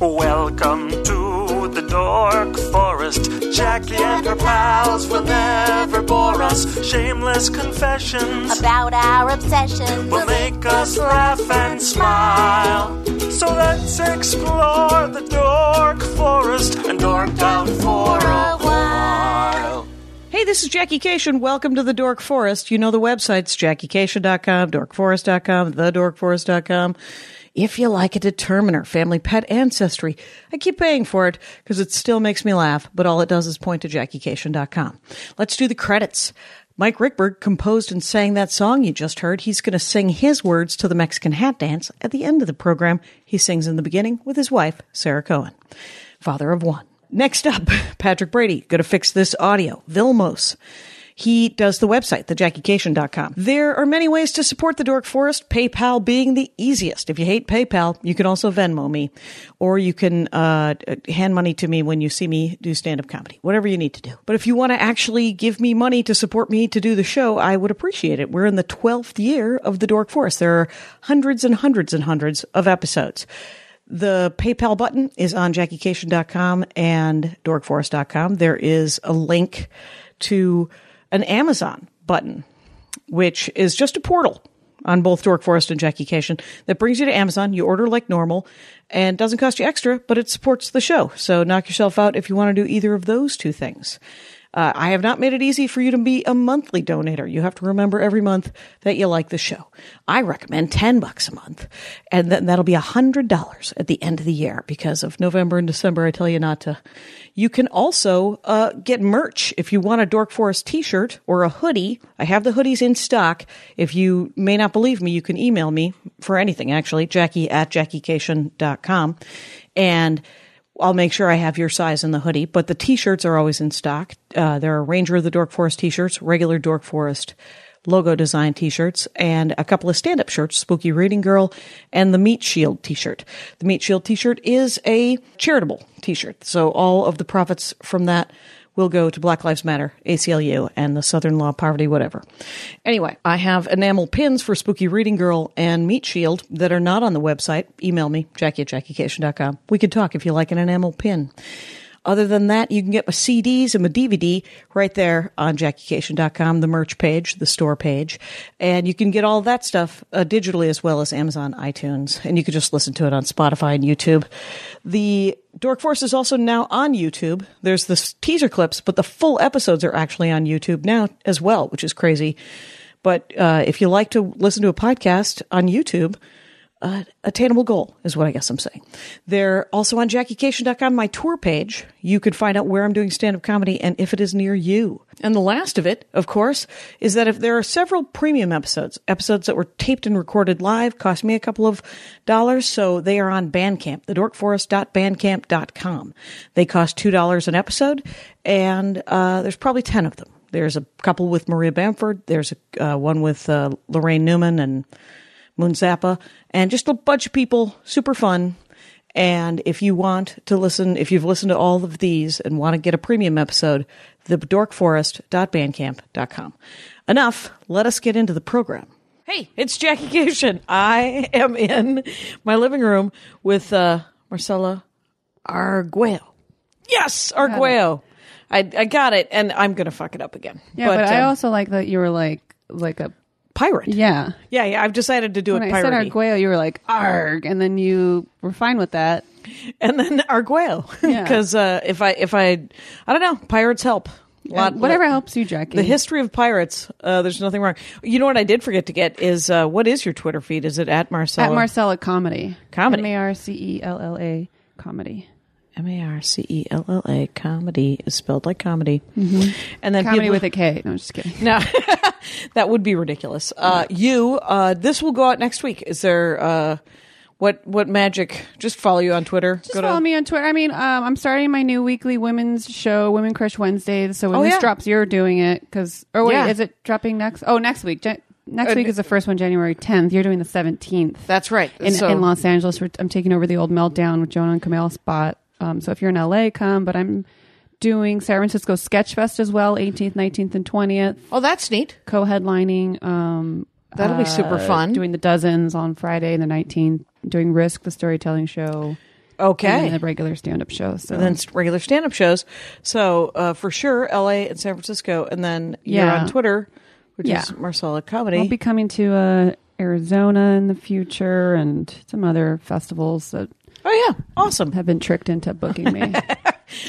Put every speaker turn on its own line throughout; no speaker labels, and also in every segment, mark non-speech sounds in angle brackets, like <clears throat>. Welcome to the Dork Forest. Jackie and her pals will never bore us. Shameless confessions
about our obsession.
will make us laugh and smile. So let's explore the Dork Forest and dork out for a while.
Hey, this is Jackie Cation. Welcome to the Dork Forest. You know the websites, jackiecation.com, dorkforest.com, thedorkforest.com. If you like a determiner, family pet ancestry, I keep paying for it because it still makes me laugh, but all it does is point to jackiecation.com. Let's do the credits. Mike Rickberg composed and sang that song you just heard. He's going to sing his words to the Mexican hat dance at the end of the program. He sings in the beginning with his wife, Sarah Cohen, father of one. Next up, <laughs> Patrick Brady, going to fix this audio. Vilmos. He does the website, thejackiecation.com. There are many ways to support the Dork Forest, PayPal being the easiest. If you hate PayPal, you can also Venmo me, or you can uh, hand money to me when you see me do stand up comedy, whatever you need to do. But if you want to actually give me money to support me to do the show, I would appreciate it. We're in the 12th year of the Dork Forest. There are hundreds and hundreds and hundreds of episodes. The PayPal button is on jackiecation.com and dorkforest.com. There is a link to an Amazon button, which is just a portal on both Dork Forest and Jackie Cation that brings you to Amazon. You order like normal and doesn't cost you extra, but it supports the show. So knock yourself out if you want to do either of those two things. Uh, I have not made it easy for you to be a monthly donator. You have to remember every month that you like the show. I recommend 10 bucks a month and then that'll be $100 at the end of the year because of November and December. I tell you not to. You can also uh, get merch if you want a Dork Forest t-shirt or a hoodie. I have the hoodies in stock. If you may not believe me, you can email me for anything actually, Jackie at JackieCation.com. And I'll make sure I have your size in the hoodie, but the t-shirts are always in stock. Uh, there are Ranger of the Dork Forest t-shirts, regular Dork Forest logo design t-shirts, and a couple of stand-up shirts, Spooky Reading Girl and the Meat Shield t-shirt. The Meat Shield t-shirt is a charitable t-shirt, so all of the profits from that will go to Black Lives Matter, ACLU, and the Southern Law Poverty, whatever. Anyway, I have enamel pins for Spooky Reading Girl and Meat Shield that are not on the website. Email me, Jackie at JackieCation.com. We could talk if you like an enamel pin. Other than that, you can get my CDs and my DVD right there on JackieCation.com, the merch page, the store page. And you can get all that stuff uh, digitally as well as Amazon, iTunes, and you can just listen to it on Spotify and YouTube. The Dork Force is also now on YouTube. There's the s- teaser clips, but the full episodes are actually on YouTube now as well, which is crazy. But uh, if you like to listen to a podcast on YouTube, uh, attainable goal is what I guess I'm saying. They're also on JackieCation.com, my tour page. You could find out where I'm doing stand up comedy and if it is near you. And the last of it, of course, is that if there are several premium episodes, episodes that were taped and recorded live, cost me a couple of dollars, so they are on Bandcamp, thedorkforest.bandcamp.com. They cost $2 an episode, and uh, there's probably 10 of them. There's a couple with Maria Bamford, there's a, uh, one with uh, Lorraine Newman, and Moon Zappa, and just a bunch of people, super fun. And if you want to listen, if you've listened to all of these and want to get a premium episode, thedorkforest.bandcamp.com. Enough. Let us get into the program. Hey, it's Jackie Cation. I am in my living room with uh, Marcella Arguello. Yes, Arguello. I, I got it, and I'm going to fuck it up again.
Yeah, but, I
um,
also like that you were like like a
pirate.
yeah.
yeah, yeah. I've decided to do
When
it
I said
piratey.
Arguello, you were like arg, and then you were fine with that.
and then Arguello. <laughs>
Yeah.
Because uh, if I if I I don't know, pirates help. A lot-
Whatever helps you, Jackie.
The history of pirates. Uh, there's nothing wrong. You know what I did forget to get is uh, what is your Twitter feed? Is it at Marcella?
at Marcella comedy.
Comedy.
M A R C E L L A comedy.
M A R C E L L A comedy is spelled like comedy, and then
Mm-hmm. Comedy
people,
with a K. No, I'm
<laughs>
just kidding.
No, that would be ridiculous. Uh, you, uh, this will go out next week. Is there uh, what what magic? Just follow you on Twitter.
Just follow me on Twitter. I mean, um, I'm starting my new weekly women's show, Women Crush Wednesdays. So when
Oh,
this
yeah.
drops, you're doing it because. Or wait,
Yeah. Uh,
is it dropping next? Oh, next week. Jan- next week is the first one, January 10th. You're doing the 17th.
That's right.
in,
So-
in Los Angeles. We're, I'm taking over the old meltdown with Jonah and Camille spot. Um, so if you're in LA, come. But I'm doing San Francisco Sketch Fest as well, 18th, 19th, and 20th.
Oh, that's neat.
Co-headlining. Um,
That'll be super fun.
Doing the dozens on Friday the 19th. Doing Risk, the storytelling show.
Okay.
and then the regular stand up show. So
than s- regular stand up shows. So uh, for sure, LA and San Francisco. And then you're
Yeah.
on Twitter, which
Yeah.
is Marcella Comedy.
I'll be coming to uh, Arizona in the future and some other festivals that
oh, yeah.
<laughs>
Awesome.
have been tricked into
<laughs>
booking me.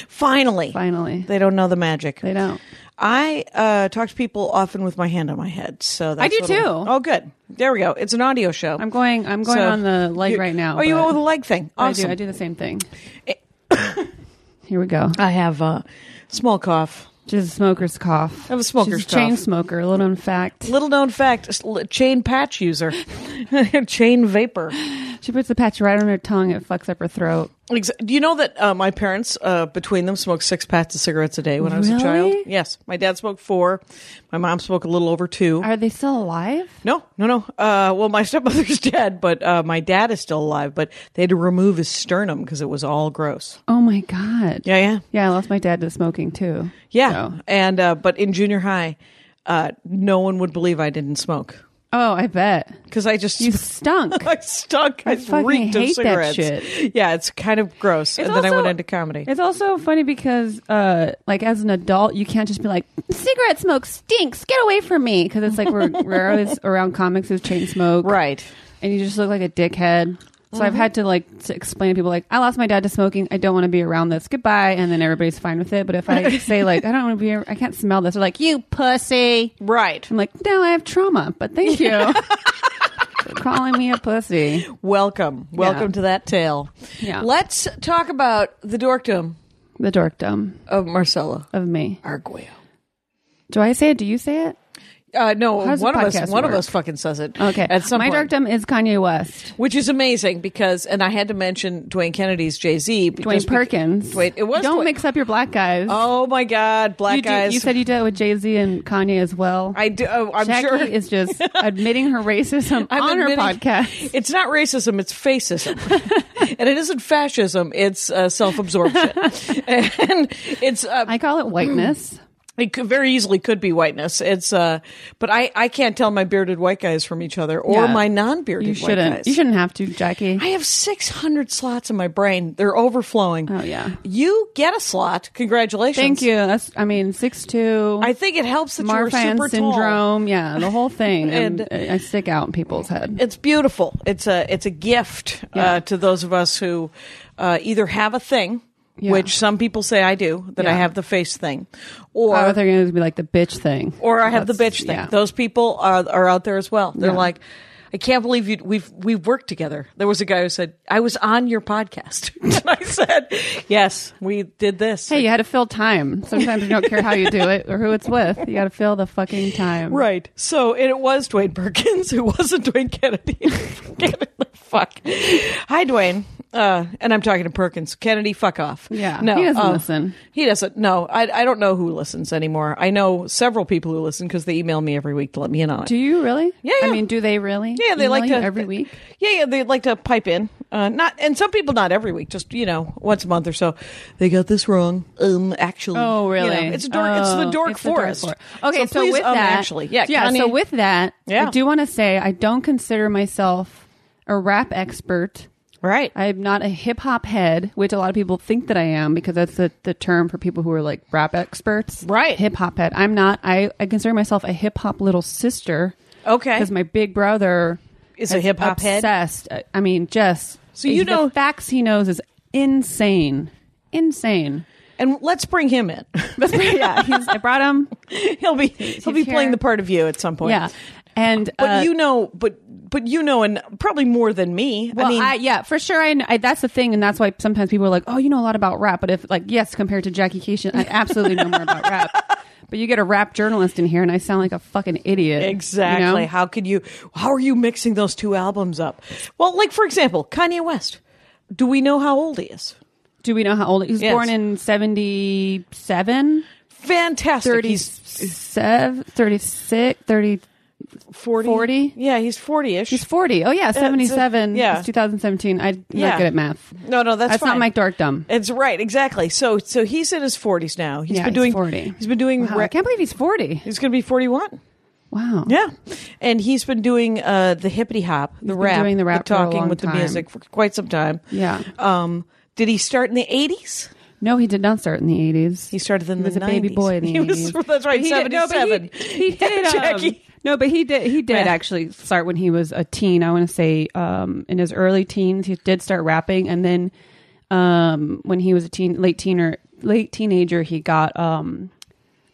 Finally.
Finally,
They don't know the magic.
they don't.
I uh, talk to people often with my hand on my head. So that's
I do
what I'm-
too.
Oh, good. There we go. It's an audio show.
I'm going. I'm going
So-
on the leg
You-
right now.
Oh, you
but
went with a leg thing. Awesome. Eh.
I do. I do the same thing. <coughs> Here we go.
I have a small cough.
She's a smoker's cough.
I have a smoker's
She's a chain
cough.
smoker. A little known fact.
Little known fact: s- l- chain patch user, <laughs> chain vapor.
She puts the patch right on her tongue. It fucks up her throat.
Ex- Do you know that uh, my parents, uh, between them, smoked six packs of cigarettes a day when I was a child?
Really?
Yes, my dad smoked four, my mom smoked a little over two.
Are they still alive?
No, no, no. Uh, well, my <laughs> stepmother's dead, but uh, my dad is still alive. But they had to remove his sternum because it was all gross.
Oh my god.
Yeah, yeah,
Yeah, I lost my dad to smoking too.
yeah.
So-
And uh, but in junior high, uh, no one would believe I didn't smoke
Oh, I bet
because I just <laughs>
you stunk.
I stunk. I,
I fucking
reeked of
hate that
cigarettes.
shit.
Yeah, it's kind of gross. and then I went
also-
into comedy.
It's also funny because, uh, like, as an adult, you can't just be like, cigarette smoke stinks. Get away from me. Because it's like we're, we're always around comics who chain smoke.
Right.
And you just look like a dickhead. So I've had to, like, to explain to people, like, I lost my dad to smoking. I don't want to be around this. Goodbye. And then everybody's fine with it. But
<laughs>
if I say, like, I don't want to be, I can't smell this, they're like, you pussy.
Right.
I'm like, no, I have trauma, but thank you.
<laughs>
for calling me a pussy.
Welcome. Welcome to that tale.
Yeah.
Let's talk about the dorkdom
The dorkdom
of Marcella
of me.
Arguello.
Do I say it? Do you say it?
Uh, no,
How does the
one of us
podcast
one of
work?
us fucking says it.
Okay.
At some
my
point.
darkdom is Kanye West.
which is amazing because and I had to mention Dwayne Kennedy's Jay-Z because
Dwayne
we-
Perkins.
Wait, it was
Don't
Dwayne-
mix up your black guys.
Oh my god, black
you, do-
guys.
you said you did it with Jay Z and Kanye as well.
I do oh, I'm
Jackie
sure <laughs>
is just admitting her racism
I'm
on
admitting-
her podcast.
<laughs> It's not racism, it's fascism. <laughs> and it isn't fascism, it's uh, self absorption. <laughs> and it's uh,
I call it whiteness.
It could, very easily could be whiteness. It's uh, but I I can't tell my bearded white guys from each other <clears throat> or
Yeah.
my non-bearded
you
white
shouldn't.
guys.
You shouldn't have to, Jackie.
I have six hundred slots in my brain. They're overflowing.
Oh, yeah.
You get a slot. Congratulations.
Thank you. That's, I mean, six two.
I think it helps that
Marfan
you're super tall.
syndrome. Yeah,
<laughs>
the whole thing.
And-
and I stick out in people's head.
It's beautiful. It's a it's a gift
Yeah.
uh, to those of us who uh, either have a thing,
Yeah.
which some people say I do, that I
Yeah.
have the face thing, or
Or they're going to be like the bitch thing.
or I have the
That's-
bitch thing.
yeah.
Those people are are out there as well. They're
Yeah.
like, I can't believe you. We've we've worked together. There was a guy who said I was on your podcast, <laughs> and I said, yes, we did this.
Hey, you had to fill time. Sometimes you don't care how you do it or who it's with. You got to fill the fucking time.
Right. So and it was Dwayne Perkins <laughs> who wasn't Dwayne Kennedy. <laughs> fuck. Hi, Dwayne. Uh, and I'm talking to Perkins. Kennedy, fuck off.
Yeah,
No.
he doesn't
uh,
listen.
He doesn't. No. I, I don't know who listens anymore. I know several people who listen because they email me every week to let me in on it.
Do you really?
Yeah, yeah.
I mean, do they really?
Yeah, they
Email
like
you
to
every week.
Yeah, yeah, they like to pipe in. Uh, not and some people not every week, just you know, once a month or so. They got this wrong. Um, actually,
Oh,
You
really?
know, it's a dork. it's
Oh,
the dork
it's
forest.
forest. Okay, so,
please,
with
um,
that,
actually, yeah,
yeah.
Kanye-
so with that,
Yeah.
I do want to say I don't consider myself a rap expert.
right,
I'm not a hip hop head, which a lot of people think that I am because that's the, the term for people who are like rap experts.
Right.
Hip hop head. I'm not. I, I consider myself a hip hop little sister.
Okay.
Because my big brother
Is a hip hop head?
Obsessed. I- I mean, just.
So you
the
know-
facts he knows is insane.
<laughs>
Insane.
and let's bring him
<laughs>
in.
yeah. He's, I brought
<laughs>
him.
he'll be he'll be
here.
playing the part of you at some point.
Yeah. And
but
uh,
you know, but but you know, and probably more than me.
Well,
I mean,
yeah, for sure. I, kn- I that's the thing, and that's why sometimes people are like, "Oh, you know a lot about rap," but if like yes, compared to Jackie Cation, I absolutely know more about rap.
<laughs>
But you get a rap journalist in here, and I sound like a fucking idiot. you know?
Exactly. How could you? How are you mixing those two albums up? Well, like for example, Kanye West. Do we know how old he is?
Do we know how old he was?
Yes.
Born in 77,
Fantastic. He's
37, 36, 30.
40.
40?
Yeah, he's 40-ish.
He's 40. Oh, yeah, 77.
yeah.
It's 2017. I'm
Yeah.
not good at math.
No, no, that's
That's not
fine.
my dark dumb.
it's right, exactly. So so he's in his 40s now. He's
Yeah,
been
he's
doing
40.
He's been doing
Wow, I
re-
can't believe he's 40.
He's going to be 41.
Wow.
Yeah. And he's been doing uh the hippity hop, the
been
rap,
doing the rap for a
talking
long
with the
time.
music for quite some time.
Yeah.
Um Did he start in the 80s?
No, he did not start in the eighties.
He started in
he
the
was a baby
90s.
boy in
<laughs>
the
He was-
eighties.
that's right, 77.
Did, no,
<laughs>
but he, he did. Um,
Jackie.
No, but he did. He did
Yeah.
actually start when he was a teen. I want to say um, in his early teens, he did start rapping, and then um, when he was a teen, late teener, late teenager, he got um,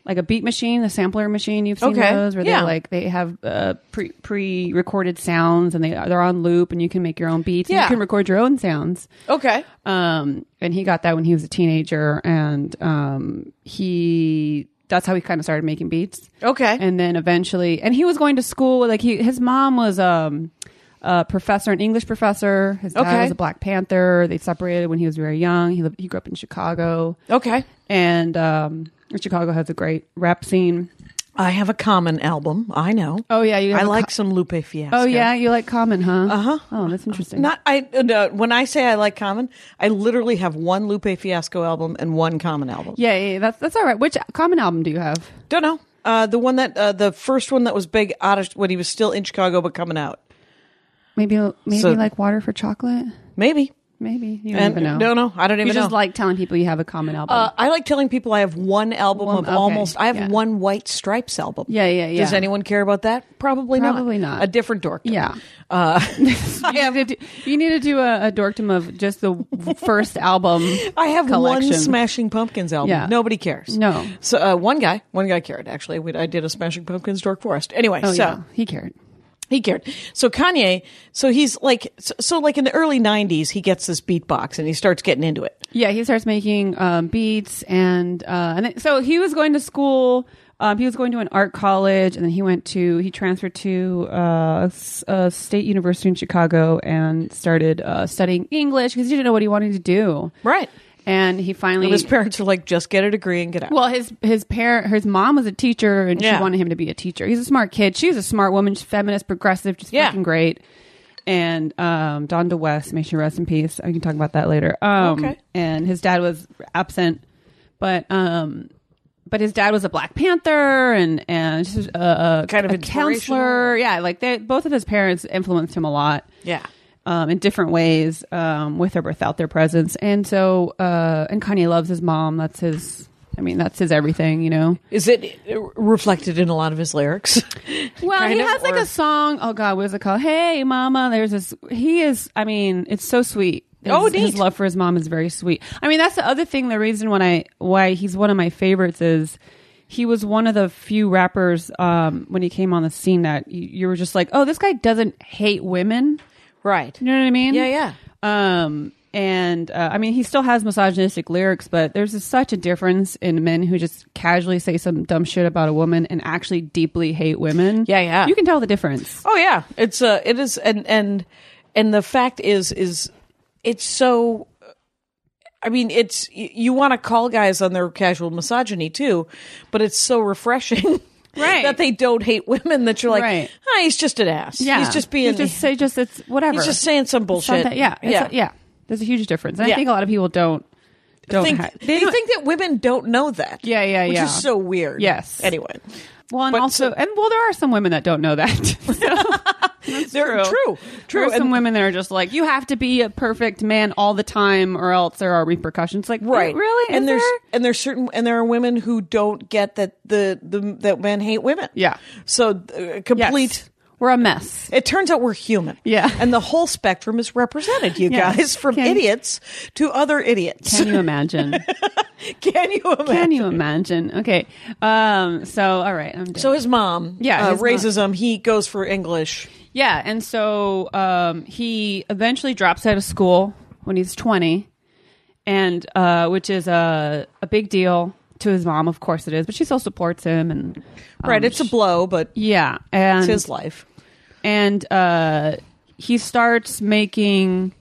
like a beat machine, the sampler machine. You've seen
Okay.
those where
Yeah.
they like they have uh, pre pre recorded sounds, and they they're on loop, and you can make your own beats. and
Yeah.
you can record your own sounds.
Okay.
Um, and he got that when he was a teenager, and um, he that's how he kind of started making beats.
Okay.
And then eventually, and he was going to school. Like he, his mom was um, a professor, an English professor. His dad
Okay.
was a Black Panther. They separated when he was very young. He lived, he grew up in Chicago,
okay.
and um, Chicago has a great rap scene.
I have a common album. I know.
Oh yeah, you.
I
have a
like
co-
some Lupe Fiasco.
oh yeah, you like Common, huh? Uh huh. Oh, that's interesting.
Uh-huh. Not I. uh, No, when I say I like Common, I literally have one Lupe Fiasco album and one Common album.
yeah, yeah, yeah, that's that's all right. Which Common album do you have?
Don't know. Uh, the one that uh, the first one that was big out of when he was still in Chicago but coming out.
Maybe maybe
So-
like Water for Chocolate.
Maybe.
Maybe you don't
And-
even know.
no, no, I don't
You
even
just
know.
like telling people you have a common album.
Uh, I like telling people I have one album
One-
of
okay,
almost. I have
yeah.
one White Stripes album.
Yeah, yeah, yeah.
Does anyone care about that? Probably, not.
Probably not.
A different dork.
yeah,
Uh, <laughs>
I have, <laughs> you, need to do, you need to do a, a dorkdom of just <laughs> the first album.
I have
collection.
one Smashing Pumpkins album.
Yeah.
Nobody cares.
No.
So uh, one guy, one guy cared actually. We, I did a Smashing Pumpkins Dork Forest. Anyway,
Oh,
so
yeah. he cared.
he cared. So Kanye, so he's like, so, so like in the early '90s, he gets this beatbox and he starts getting into it.
Yeah, he starts making um, beats and uh, and then, so he was going to school. Um, he was going to an art college, and then he went to he transferred to uh, s- a state university in Chicago and started uh, studying English because he didn't know what he wanted to do.
Right.
And he finally
And his parents are like, just get a degree and get out.
Well, his his parent, his mom was a teacher, and
Yeah.
she wanted him to be a teacher. He's a smart kid. She's a smart woman. She's feminist, progressive, just
Yeah.
fucking great. And um, Donda West, may she rest in peace. I can talk about that later. Um,
Okay.
And his dad was absent, but um, but his dad was a Black Panther, and and just a, a
Kind of
a
inspirational.
counselor. Yeah, like they both of his parents influenced him a lot
yeah.
um, in different ways, um, with or without their presence. And so, uh, and Kanye loves his mom. That's his. I mean, that's his everything. You know.
Is it uh, reflected in a lot of his lyrics?
Well,
Kind
he
of,
has like
or-
a song. Oh God, what is it called? Hey, Mama. There's this. He is. I mean, it's so sweet. His,
Oh, neat.
his love for his mom is very sweet. I mean, that's the other thing. The reason when I why he's one of my favorites is he was one of the few rappers um, when he came on the scene that you, you were just like, oh, this guy doesn't hate women.
right.
You know what I mean?
Yeah, yeah.
Um, and uh, I mean, he still has misogynistic lyrics, but there's a, such a difference in men who just casually say some dumb shit about a woman and actually deeply hate women.
Yeah, yeah.
You can tell the difference.
Oh yeah, it's uh it is and and and the fact is is it's so I mean it's y- you want to call guys on their casual misogyny too, but it's so refreshing. <laughs>
Right.
that they don't hate women that you're like,
Right.
"Ah, he's just an ass. He's just being
You just say just it's whatever.
he's just saying some bullshit.
Something- yeah, it's-
yeah.
yeah. There's a huge difference. And
Yeah.
I think a lot of people don't don't
Think,
ha-
they
don't-
think that women don't know that.
Yeah, yeah,
which
yeah.
is so weird.
Yes.
Anyway,
well, and
but
also,
so-
and well, there are some women that <laughs> don't know that.
<laughs> they're true,
true. True.
true.
There are some
and-
women that are just like, you have to be a perfect man all the time, or else there are repercussions. Like,
right
Really?
and
Is
there's
there?
and there's certain and there are women who don't get that the, the that men hate women
Yeah.
so uh, complete
Yes. We're a mess.
it turns out we're human
Yeah.
and the whole spectrum is represented you
Yeah.
guys from
Can-
idiots to other idiots
Can you imagine?
<laughs> can you imagine
Can you imagine? Okay. Um. So, all right. I'm done.
so his mom
Yeah,
uh,
his mom-
raises him he goes for english
yeah. And so um, he eventually drops out of school when he's 20, and uh, which is a, a big deal to his mom. Of course it is, but she still supports him. And um,
right it's a blow but
yeah. And
it's his life
and uh, he starts making.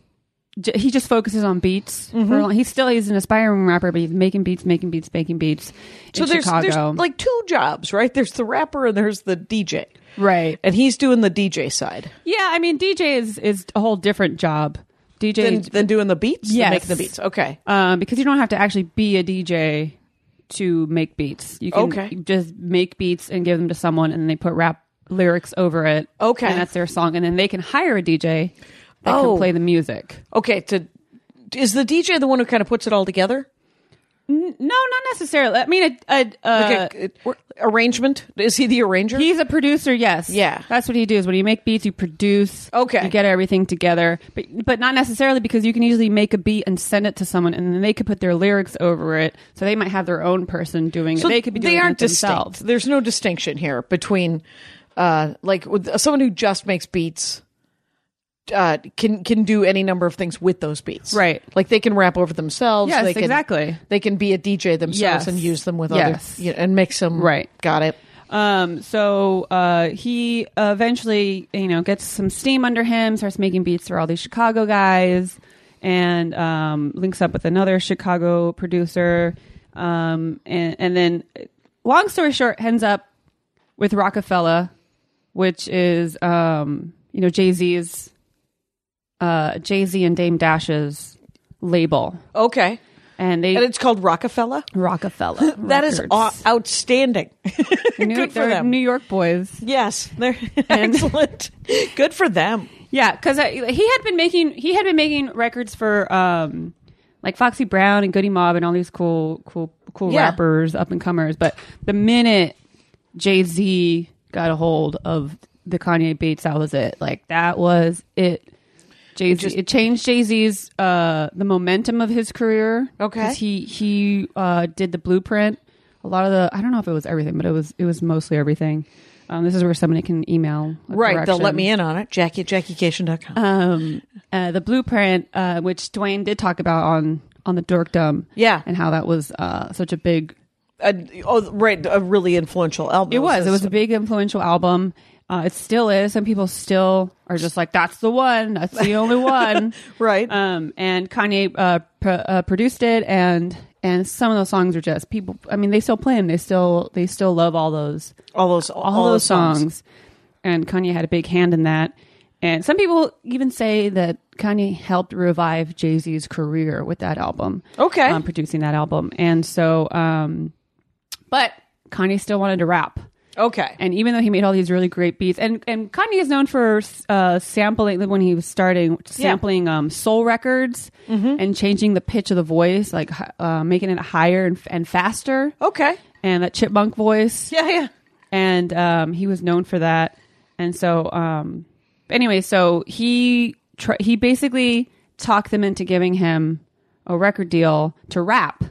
j- He just focuses on beats.
Mm-hmm.
For a long, he's still he's an aspiring rapper, but he's making beats, making beats, making beats
so
in
there's,
Chicago.
there's like two jobs right there's the rapper and there's the dj
right?
and he's doing the dj side
Yeah, I mean DJ is is a whole different job. DJ,
than, than doing the beats than
Yes.
making the beats okay
um, because you don't have to actually be a DJ to make beats. You can
Okay.
just make beats and give them to someone, and they put rap lyrics over it.
Okay.
and that's their song, and then they can hire a DJ that
Oh.
can play the music.
Okay, to is the DJ the one who kind of puts it all together?
No, not necessarily. I mean, a, a, uh,
Like a- a- arrangement? Is he the arranger?
he's a producer. Yes,
Yeah.
that's what he does. When you make beats, you produce.
Okay.
you get everything together, but but not necessarily because you can easily make a beat and send it to someone, and then they could put their lyrics over it. So they might have their own person doing
so
it. They could be doing
aren't
it themselves.
distinct. There's no distinction here between uh, like with- someone who just makes beats. Uh, can can do any number of things with those beats,
Right.
Like they can rap over themselves.
Yes,
they can,
exactly.
They can be a DJ themselves
Yes.
and use them with
Yes.
other you know, and mix them.
Right.
got it.
Um, so uh, he eventually, you know, gets some steam under him, starts making beats for all these Chicago guys, and um, links up with another Chicago producer. Um, and, and then, long story short, ends up with Rockefeller, which is, um, you know, Jay Z's, uh, Jay Z and Dame Dash's label.
Okay,
And they
and it's called Rockefeller.
Rockefeller.
<laughs> That is au-
Records.
outstanding. <laughs>
New-
good for
they're
them.
New York boys.
yes, they're <laughs> excellent. Good for them.
Yeah, because he had been making he had been making records for um like Foxy Brown and Goody Mob and all these cool cool cool
Yeah.
rappers up and comers. But the minute Jay Z got a hold of the Kanye beats, that was it. Like that was it. Jay Z it changed Jay Z's uh the momentum of his career.
Okay.
'Cause he he uh did the blueprint. A lot of the I don't know if it was everything, but it was it was mostly everything. Um, this is where somebody can email a
Right, they'll let
correction.
me in on it. Jackie at JackieCation.com.
um, uh, the blueprint, uh, which Dwayne did talk about on on the Dorkdom,
Yeah.
and how that was uh, such a big.
Uh, oh, right, a really influential album.
It was. It was a big influential album. Uh, it still is. Some people still are just like, "That's the one. That's the only one."
<laughs> Right.
Um, and Kanye uh, pr- uh, produced it, and and some of those songs are just people. I mean, they still play them. They still they still love all those
all those
all, those songs. And Kanye had a big hand in that. And some people even say that Kanye helped revive Jay Z's career with that album.
Okay.
Um, producing that album. And so, um, but Kanye still wanted to rap.
Okay.
And even though he made all these really great beats, and, and Kanye is known for uh, sampling when he was starting, sampling um, soul records and changing the pitch of the voice, like hi- uh, making it higher and, and faster,
okay.
and that chipmunk voice
Yeah, yeah.
and um, he was known for that. And so, um, anyway, so he tr- he basically talked them into giving him a record deal to rap,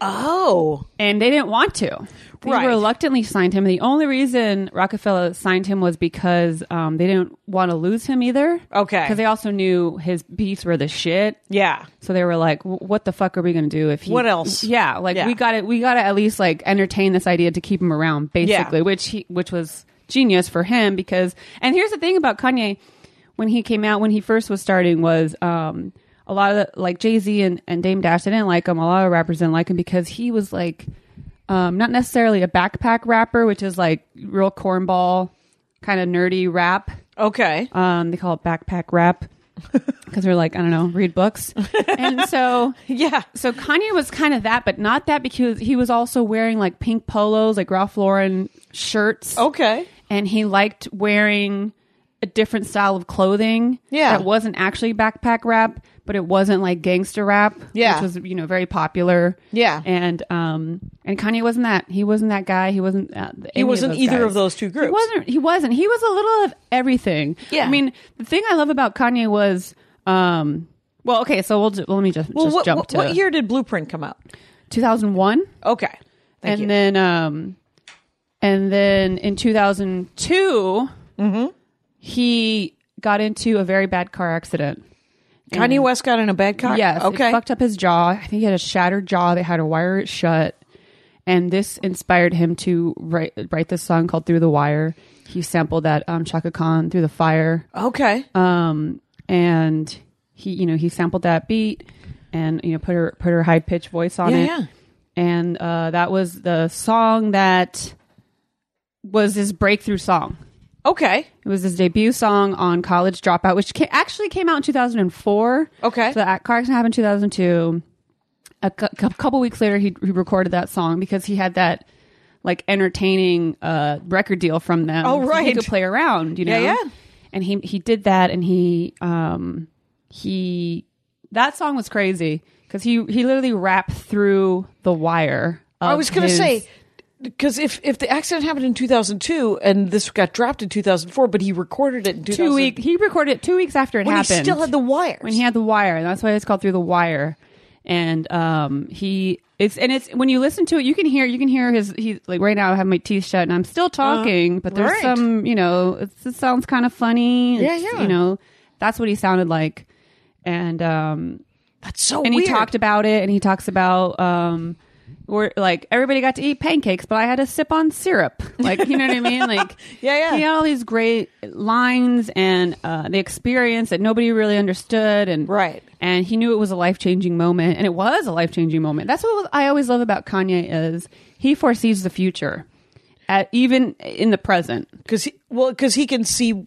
Oh.
and they didn't want to. They
Right.
reluctantly signed him. The only reason Rockefeller signed him was because um, they didn't want to lose him either.
Okay.
because they also knew his beats were the shit.
Yeah.
So they were like, "W- "What the fuck are we going to do if he?"
What else?
Yeah, like
Yeah.
we got to We got to at least like entertain this idea to keep him around, basically.
Yeah.
Which he, which was genius for him because. And here's the thing about Kanye, when he came out, when he first was starting, was um a lot of the, like Jay Z and, and Dame Dash they didn't like him. A lot of rappers didn't like him because he was like, um not necessarily a backpack rapper, which is like real cornball kind of nerdy rap.
Okay.
Um, they call it backpack
<laughs>
rap because they're like, I don't know, read books.
<laughs>
and so,
yeah.
so Kanye was kind of that, but not that because he was also wearing like pink polos, like Ralph Lauren shirts.
Okay.
And he liked wearing a different style of clothing.
Yeah.
That wasn't actually backpack rap, but it wasn't like gangster rap.
Yeah.
Which was, you know, very popular.
Yeah.
And, um, and Kanye wasn't that. He wasn't that guy. He wasn't, uh, any
He
of
wasn't
those
either
guys.
of those two groups.
He wasn't. He wasn't. He was a little of everything.
Yeah.
I mean, the thing I love about Kanye was, um, well, okay, so we'll, ju- let me just,
Well,
just
what,
jump
what,
to
what year did Blueprint come out?
2001,
Okay. Thank
and
you.
then, um, and then in 2002,
Mm-hmm.
he got into a very bad car accident.
Kanye West got in a bad car?
Yes. it
Okay.
fucked up his jaw. I think he had a shattered jaw. They had to wire it shut. And this inspired him to write write this song called Through the Wire. He sampled that um, Chaka Khan Through the Fire.
okay.
Um, and he, you know, he sampled that beat and, you know, put her, put her high pitched voice on
Yeah,
it.
yeah.
And, uh, that was the song that was his breakthrough song.
okay.
It was his debut song on College Dropout, which ca- actually came out in 2004.
Okay.
So that car accident happened in 2002. A cou- cou- couple weeks later, he, he recorded that song because he had that like entertaining uh, record deal from them.
Oh,
So he
right.
could play around, you know?
Yeah, yeah.
And he, he did that and he, um, he that song was crazy because he he literally rapped through the wire.
I was going to
to
say because if if the accident happened in 2002 and this got dropped in 2004, but he recorded it in
two
2000
week. He recorded it two weeks after it
when
happened.
he still had the wires.
when he had the wire, and that's why it's called through the wire. And um, he it's and it's when you listen to it, you can hear you can hear his he's like right now I have my teeth shut and I'm still talking, but there's
Uh, right.
some you know it's, it sounds kind of funny.
Yeah,
It's,
yeah.
You know that's what he sounded like, and um,
That's so
and
weird.
he talked about it and he talks about um where like everybody got to eat pancakes but i had to sip on syrup like you know what i
<laughs>
mean like
Yeah, yeah.
he had all these great lines and uh, the experience that nobody really understood and
Right.
and he knew it was a life-changing moment and it was a life-changing moment that's what i always love about kanye is he foresees the future at, even in the present
because he well because he can see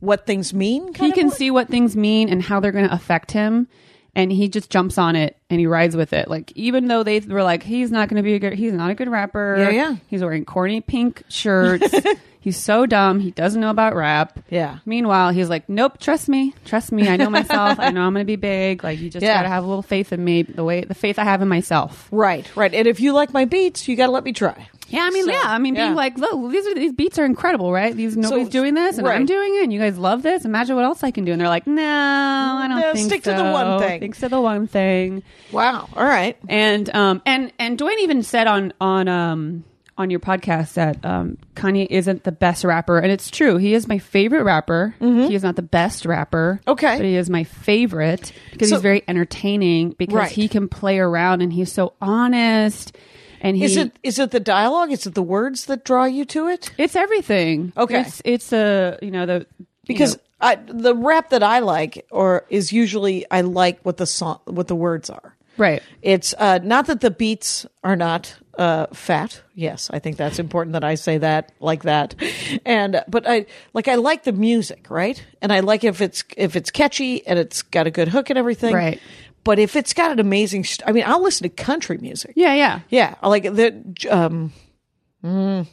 what things mean.
he
kind of
can
way?
see what things mean and how they're going to affect him and he just jumps on it and he rides with it like even though they were like he's not going to be a good he's not a good rapper
Yeah, yeah.
he's wearing corny pink
<laughs>
shirts he's so dumb he doesn't know about rap
Yeah.
meanwhile he's like nope trust me trust me i know myself i know i'm going to be big like you just
Yeah.
got to have a little faith in me the way the faith i have in myself
right, right. And if you like my beats, you got to let me try.
yeah, I mean,
So,
yeah, I mean,
yeah.
being like, look, these are these beats are incredible, right? These nobody's doing this, and
right.
I'm doing it, and you guys love this. Imagine what else I can do. And they're like, no, I don't
No,
think
stick to the
so.
one thing."
Stick to the one thing.
Wow. All right.
And um and and Dwayne even said on on um on your podcast that um Kanye isn't the best rapper, and it's true. He is my favorite rapper. He is not the best rapper.
Mm-hmm. Okay.
but he is my favorite because
So-
he's very entertaining because
Right.
he can play around and he's so honest. And he,
Is it is it the dialogue? Is it the words that draw you to it?
It's everything.
Okay.
It's it's a you know the
Because I, the rap that I like, or is usually I like what the song, what the words are.
right.
It's uh, not that the beats are not uh, fat. Yes, I think that's important that I say that like that. And but I like I like the music, right? And I like if it's if it's catchy and it's got a good hook and everything.
Right.
But if it's got an amazing, st- I mean, I'll listen to country music.
Yeah, yeah.
Yeah, I like the um mm,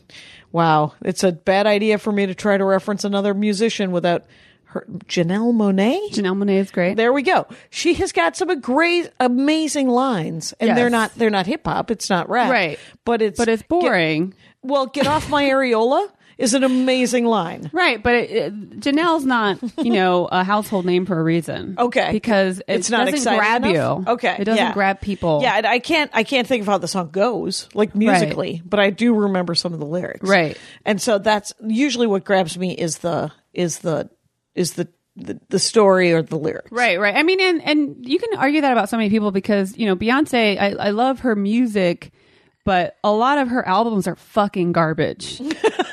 wow, it's a bad idea for me to try to reference another musician without her Janelle Monet.
Janelle Monae is great.
There we go. She has got some great amazing lines and they're
Yes.
not they're not hip hop, it's not rap.
Right.
But it's
but it's
get-
boring.
well, get off my areola is an amazing line.
Right, but it, it, Janelle's not, <laughs> you know, a household name for a reason.
Okay.
because it
it's not
doesn't
exciting
grab
enough?
you.
Okay.
it doesn't
yeah.
grab people.
Yeah, and I can't I can't think of how the song goes, like musically, but I do remember some of the lyrics.
Right.
And so that's usually what grabs me is the is the is the the, the story or the lyrics.
Right, right. I mean, and and you can argue that about so many people because you know Beyonce. I, I love her music, but a lot of her albums are
<laughs>
fucking garbage.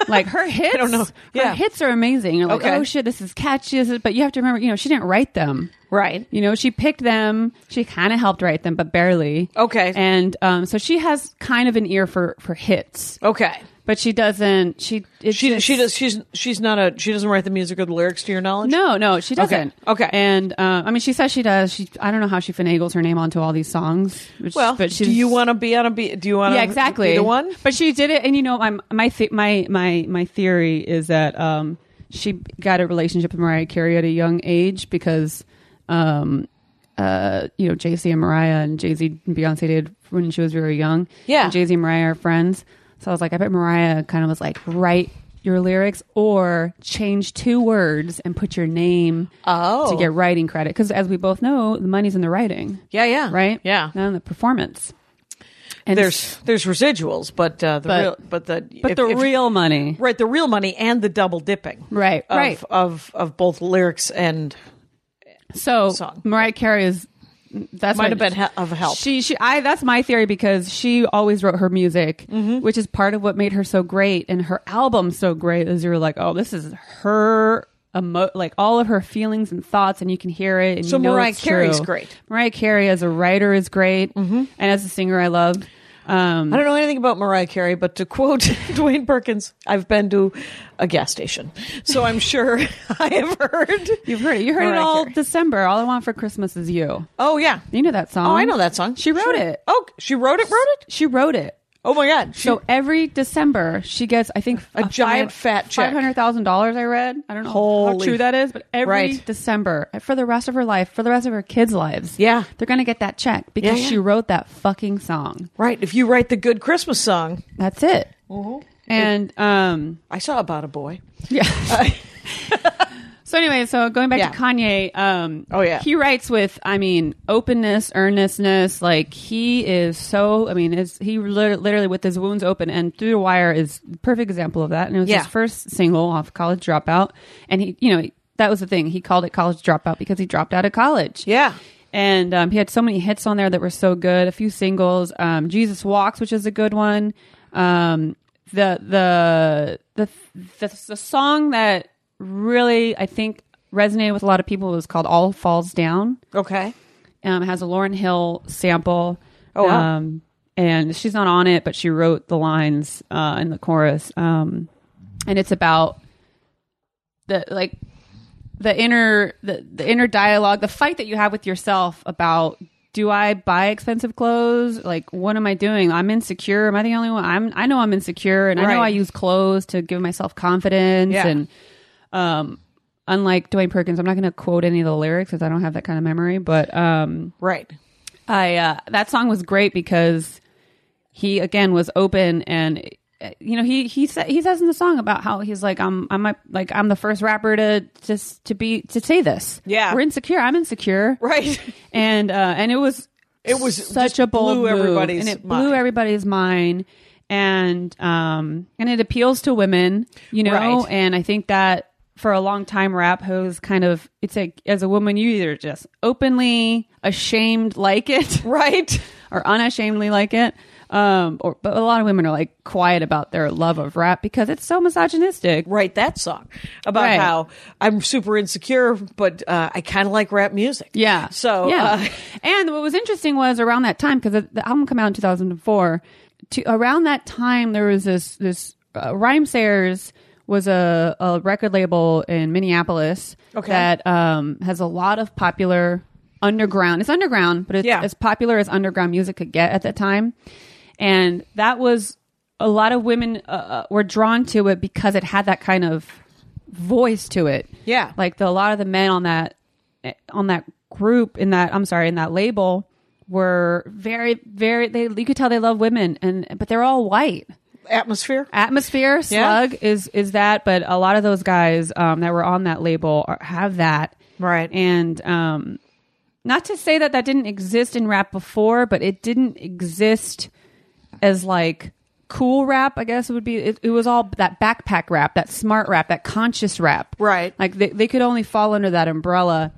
like her hits,
don't know. Yeah.
her hits are amazing. You're like,
Okay.
oh shit, this is catchy. This is, but you have to remember, you know, she didn't write them.
Right.
You know, she picked them. She kind of helped write them, but barely.
Okay.
And um, so she has kind of an ear for for hits,
Okay.
but she doesn't. She it's
She
just-
she does she's she's not a she doesn't write the music or the lyrics to your knowledge.
No, no, she doesn't.
okay.
And uh, I mean, she says she does. She I don't know how she finagles her name onto all these songs. Which,
Well,
but she's,
do you want to be on a be? Do Um, you want to
Yeah, exactly.
be the one?
But she did it, and you know, I'm, my th- my my my theory is that um, she got a relationship with Mariah Carey at a young age because, um, uh, you know, Jay Z and Mariah and Jay Z and Beyonce did when she was very young.
Yeah.
Jay Z and Mariah are friends, so I was like, I bet Mariah kind of was like, write your lyrics or change two words and put your name
Oh.
to get writing credit because as we both know the money's in the writing
Yeah, yeah,
right
yeah.
not in the performance and
There's there's residuals, but uh, the
But-
real, but the
but
if-
the
if-
real money.
right the real money and the double dipping
Right,
of,
right.
of of both lyrics and
So
song.
Mariah Carey is that's
Might
what-
have been he- of help.
She she I that's my theory because she always wrote her music,
Mm-hmm.
which is part of what made her so great and her album so great is you're like, "Oh, this is her emo- like all of her feelings and thoughts and you can hear it and
So
you know
Mariah
it's
Carey's
true.
great. Mm-hmm.
Mariah Carey as a writer is great and as a singer I love. Um
I don't know anything about Mariah Carey, but to quote <laughs> Dwayne Perkins, I've been to a gas station, so I'm sure <laughs> I have heard.
You've heard it. You heard it
Mariah
all
Carey.
December. All I want for Christmas is you.
Oh yeah.
You know that song.
Oh, I know that song.
She wrote
Sure.
it.
Oh, she wrote it. Wrote it.
She wrote it.
Oh my God. She,
So every December she gets, I think,
A giant fat check.
five hundred thousand dollars. I read. I don't know
Holy-
how true that is, but every
Right.
December for the rest of her life, for the rest of her kids' lives,
Yeah.
they're gonna get that check because
yeah.
she wrote that fucking song.
right. If you write the good Christmas song,
That's it. And um,
I saw about a boy.
yeah. <laughs> so anyway, so going back
Yeah.
to Kanye, um,
Oh, yeah.
he writes with, I mean, openness, earnestness. Like he is so, I mean, his, he lit- literally with his wounds open and through the wire is a perfect example of that. And it was
Yeah.
his first single off College Dropout, and he, you know, that was the thing. He called it College Dropout because he dropped out of college.
Yeah.
And um, he had so many hits on there that were so good. A few singles, um, "Jesus Walks," which is a good one. Um, the, the the the the song that really I think resonated with a lot of people was called "All Falls Down."
Okay.
Um, it has a Lauren Hill sample.
Oh, wow.
Um, and she's not on it, but she wrote the lines uh, in the chorus. Um, and it's about the like the inner the, the inner dialogue, the fight that you have with yourself about do I buy expensive clothes? Like, what am I doing? I'm insecure. Am I the only one? I'm. I know I'm insecure, and I know
Right.
I use clothes to give myself confidence.
Yeah.
And um, unlike Dwayne Perkins, I'm not going to quote any of the lyrics because I don't have that kind of memory. But um,
Right.
I uh, that song was great because he again was open and uh, you know he he sa- he says in the song about how he's like I'm I'm a- like I'm the first rapper to just to be to say this
Yeah.
we're insecure I'm insecure
Right.
<laughs> and uh, and it was
It was-
such
just
a bold
blew
move,
everybody's
and it
mind.
blew everybody's mind and um and it appeals to women you know
Right.
and I think that for a long time rap has kind of it's like as a woman you either just openly ashamed like it
Right.
<laughs> or unashamedly like it. Um, or but a lot of women are like quiet about their love of rap because it's so misogynistic.
Write that song about
Right.
how I'm super insecure, but uh, I kind of like rap music.
Yeah.
So,
yeah.
uh,
and what was interesting was around that time because the, the album came out in 2004. To around that time, there was this this uh, Rhymesayers was a, a record label in Minneapolis
Okay.
that um, has a lot of popular underground. It's underground, but it's
Yeah.
as popular as underground music could get at that time. And that was a lot of women uh, uh, were drawn to it because it had that kind of voice to it.
Yeah.
Like the, a lot of the men on that eh, on that group in that I'm sorry in that label were very very they you could tell they love women and but they're all white
<laughs> atmosphere.
atmosphere slug is is that but a lot of those guys um, that were on that label are, have that
Right.
and um not to say that that didn't exist in rap before but it didn't exist as like cool rap i guess it would be it, it was all that backpack rap that smart rap that conscious rap
Right.
like they, they could only fall under that umbrella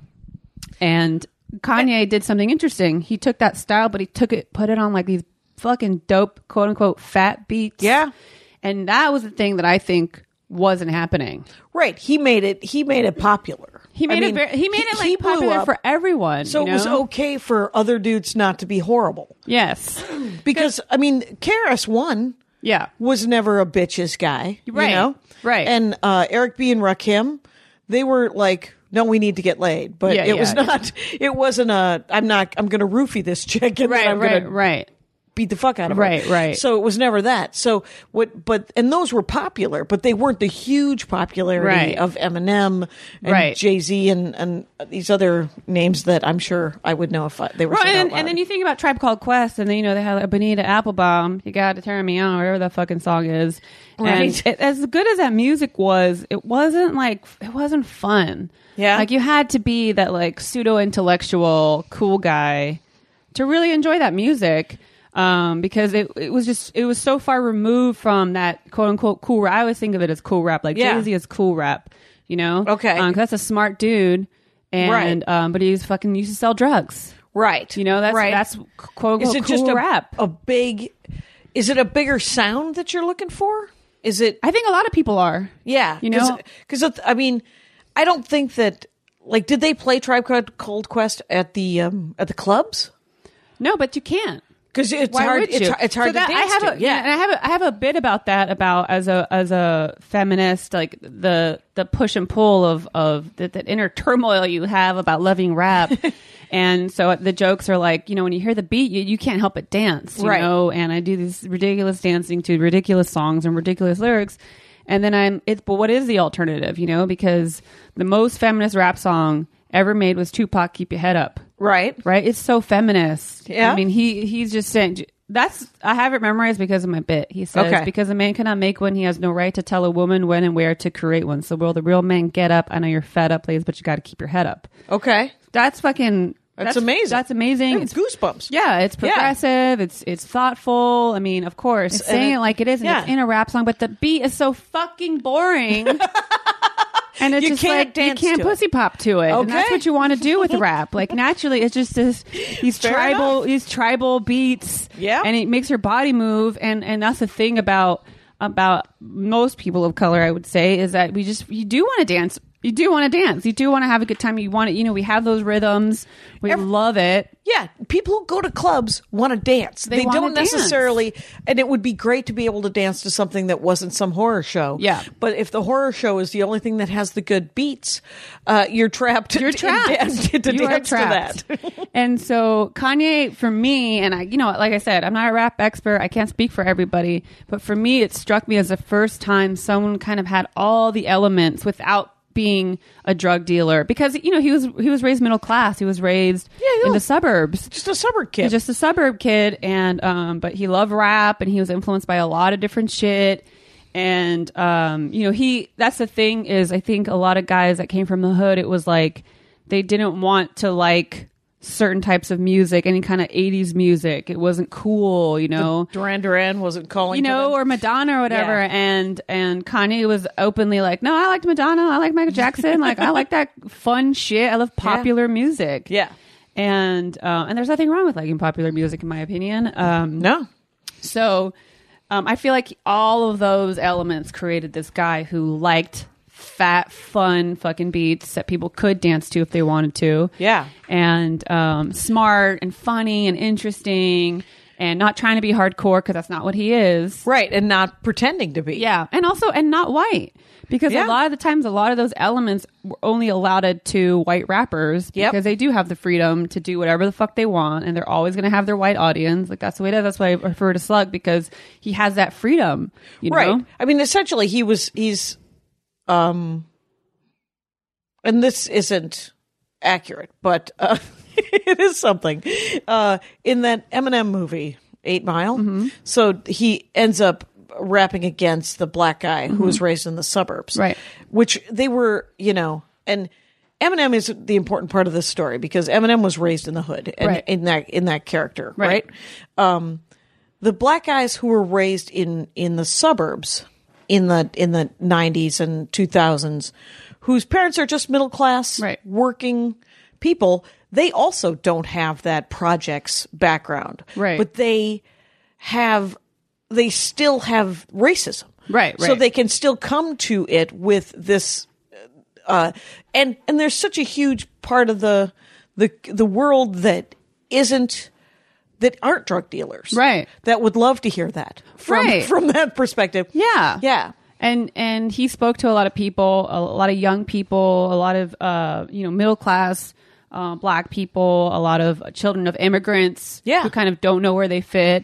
and Kanye did something interesting. He took that style, but he took it, put it on like these fucking dope, quote unquote, fat beats.
Yeah.
and that was the thing that I think wasn't happening.
Right. He made it. He made it popular.
He
I
made
mean,
it. Very, he made it like
he blew
popular
up,
for everyone.
So
you
it was
know?
okay for other dudes not to be horrible.
Yes.
Because I mean, Karis one
Yeah.
was never a bitches guy,
Right,
You know,
right.
And uh, Eric B and Rakim, they were like, "No, we need to get laid," but
Yeah,
it was
yeah,
not. It wasn't a. I'm not. I'm going to roofie this chick, and
Right.
then I'm
right.
going to
Right.
beat the fuck out of
Right,
her.
right.
So it was never that. So what? But and those were popular, but they weren't the huge popularity
Right.
of Eminem and
Right.
Jay Z and and these other names that I'm sure I would know if I, they were.
Well,
said out
and,
loud.
and then you think about Tribe Called Quest, and then you know they had like, Bonita Applebum. You got to turn me on, whatever that fucking song is.
Right.
And it, as good as that music was, it wasn't like it wasn't fun.
Yeah.
like you had to be that like pseudo intellectual cool guy to really enjoy that music. Um, because it, it was just it was so far removed from that quote unquote cool rap. I always think of it as cool rap, like
Yeah.
Jay Z is cool rap, you know?
Okay.
Um, 'cause that's a smart dude, and
Right.
um, but he's fucking used to sell drugs.
right?
You know, that's
right.
that's quote unquote
is it
cool
just a
rap. I
Oh, a big? Is it a bigger sound that you're looking for? Is it?
think a lot of people are.
Yeah,
You know?
because I mean, I don't think that. Like, did they play Tribe Called Cold Quest at the um, at the clubs?
No, but you can't.
Because it's
Why
hard.
would you?
It's, hard- it's hard
So that-
to dance
I have
to.
A, and I have a, I have a bit about that about as a as a feminist, like
<laughs>
the the push and pull of of the, that inner turmoil you have about loving rap, And so the jokes are like, you know, when you hear the beat, you, you can't help but dance, you
Right.
know. And I do this ridiculous dancing to ridiculous songs and ridiculous lyrics. And then I'm, it's, but what is the alternative, you know? Because the most feminist rap song ever made was Tupac, Keep Your Head Up
Right.
right? It's so feminist.
Yeah.
I mean, he he's just saying that's I have it memorized because of my bit. He says
Okay.
because a man cannot make one, he has no right to tell a woman when and where to create one. So will the real man get up? I know you're fed up, ladies, but you got to keep your head up.
Okay.
That's fucking.
That's amazing.
That's amazing.
It's goosebumps.
Yeah, it's
Yeah.
progressive. It's it's thoughtful. I mean, of course, it's saying
it-
it, like it is, and
yeah.
it's in a rap song, but the beat is so
<laughs>
fucking boring. and it's
You
just
can't
like
dance
you can't
to it.
pussy pop to it. And that's
Okay.
what you want to do with rap. Like naturally, it's
<laughs>
just this these
Fair
tribal these tribal beats.
Yeah.
and it makes your body move, and and that's the thing about about most people of color, I would say, is that we just you do want to dance. You do want to dance. You do want to have a good time. You want to, you know, we have those rhythms. We love it.
Yeah, people who go to clubs want to dance. They,
They wanna
don't
dance.
necessarily, and it would be great to be able to dance to something that wasn't some horror show.
Yeah.
but if the horror show is the only thing that has the good beats, uh, you're trapped. <laughs>
<laughs> You're
to-
trapped.
to
you
dance
are trapped.
to that.
<laughs> and so Kanye, for me, and I, you know, like I said, I'm not a rap expert. I can't speak for everybody, but for me, it struck me as the first time someone kind of had all the elements without being a drug dealer because you know he was he was raised middle class. He was raised
he
in the
was.
suburbs.
<laughs> Just a suburb kid.
He's just a suburb kid, and um, but he loved rap, and he was influenced by a lot of different shit. And um, you know, he that's the thing is, I think a lot of guys that came from the hood, it was like they didn't want to like certain types of music, any kind of '80s music. It wasn't cool, you know.
Duran Duran wasn't calling.
You
to
know,
them.
or Madonna or whatever,
Yeah.
and and Kanye was openly like, "No, I liked Madonna, I like Michael Jackson, like I like that fun shit. I love popular music."
yeah,
and uh, and there's nothing wrong with liking popular music in my opinion um,
no,
so um, i feel like all of those elements created this guy who liked fat fun fucking beats that people could dance to if they wanted to
Yeah.
and um, smart and funny and interesting and not trying to be hardcore because that's not what he is
right, and not pretending to be.
yeah, and also and not white because
Yeah.
a lot of the times a lot of those elements were only allotted to white rappers
Yep.
because they do have the freedom to do whatever the fuck they want and they're always going to have their white audience. Like that's the way it is. That's why I refer to Slug because he has that freedom. You
right.
know,
I mean, essentially, he was he's, um, and this isn't accurate, but uh, <laughs> it is something. Uh, in that Eminem movie, Eight Mile,
Mm-hmm.
so he ends up rapping against the black guy who was raised in the suburbs,
Mm-hmm. Right.
Which they were, you know, and. Eminem is the important part of this story because Eminem was raised in the hood and
Right.
in that in that character, right?
Right.
Um, the black guys who were raised in in the suburbs in the in the 90s and 2000s whose parents are just middle class
Right.
working people they also don't have that projects background
Right.
but they have they still have racism
Right,
so
right.
they can still come to it with this uh, and and there's such a huge part of the the the world that isn't that aren't drug dealers
Right.
that would love to hear that from
Right.
from that perspective
Yeah.
yeah
And and he spoke to a lot of people, a lot of young people, a lot of uh, you know middle class uh, black people, a lot of children of immigrants
Yeah.
who kind of don't know where they fit.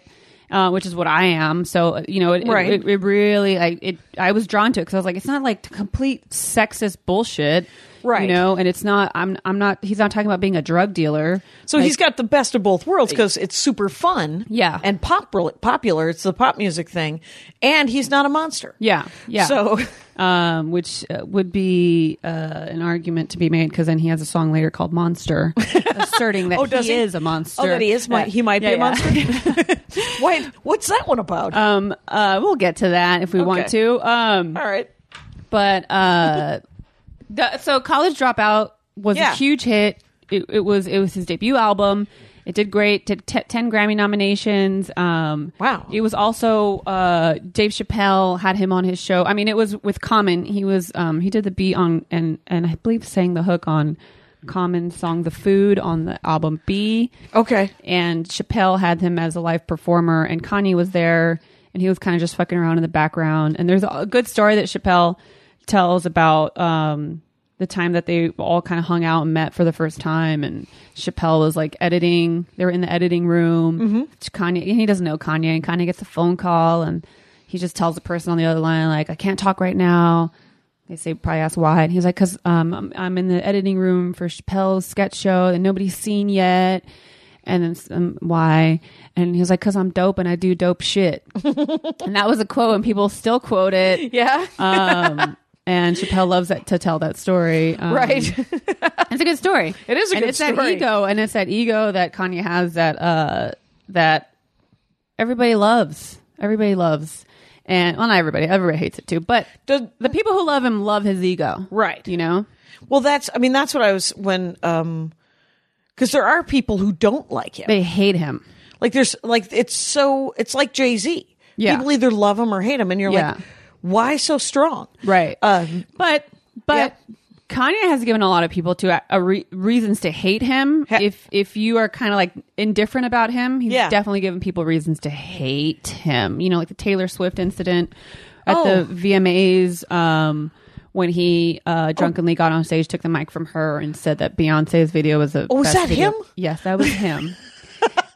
Uh, which is what I am. So uh, you know, it,
Right.
it, it, really, I it, I was drawn to it because I was like, it's not like complete sexist bullshit,
Right.
You know, and it's not. I'm I'm not. He's not talking about being a drug dealer.
so
Like,
he's got the best of both worlds because it's super fun
Yeah.
and pop popular it's the pop music thing and he's not a monster
yeah, yeah.
so
um, which uh, would be uh, an argument to be made because then he has a song later
<laughs>
called "Monster," asserting
<laughs>
that
oh does
he,
he
is a monster.
oh that he is my,
That-
he might
yeah,
be a
yeah.
<laughs> monster why what's that one about
<laughs> um, uh, we'll get to that if we want
Okay.
to. Um,
all right
but uh, the, so college dropout was
Yeah.
a huge hit. It, it was it was his debut album. It did great. Did te- ten Grammy nominations. Um,
Wow.
It was also uh, Dave Chappelle had him on his show. I mean, it was with Common. He was um, he did the beat on and and I believe sang the hook on Common's song "The Food" on the album B
okay
and Chappelle had him as a live performer, and Kanye was there, and he was kind of just fucking around in the background. And there's a good story that Chappelle tells about um, the time that they all kind of hung out and met for the first time. And Chappelle was like editing. They were in the editing room. Kanye, and he doesn't know Kanye. And Kanye gets a phone call and he just tells the person on the other line, like, I can't talk right now. They say, probably ask why. And he's like, because um, I'm, I'm in the editing room for Chappelle's sketch show that nobody's seen yet. And then some, why? And he was like, because I'm dope and I do dope
<laughs>
shit. and that was a quote, and people still quote it
Yeah.
um, and Chappelle loves that, to tell that story. Um,
right.
it's a good story.
<laughs> It is a
and
good
it's that
story.
ego, and it's that ego that Kanye has that uh, that everybody loves. Everybody loves, and well, not everybody. Everybody hates it too, but
Does-
the people who love him love his ego,
Right.
You know,
Well, that's, I mean, that's what I was when, um, because there are people who don't like him.
they hate him.
Like there's like it's so it's like Jay Z.
Yeah.
People either love him or hate him, and you're
Yeah.
like, why so strong?
right
Um,
but but
yep.
kanye has given a lot of people to a re- reasons to hate him
Ha-
if if you are kind of like indifferent about him he's
Yeah.
definitely given people reasons to hate him you know like the taylor swift incident at
Oh.
the vmas um when he
Oh.
uh, drunkenly got on stage, took the mic from her, and said that Beyonce's video was a.
Oh, was that him?
Yes, that
<laughs>
was him.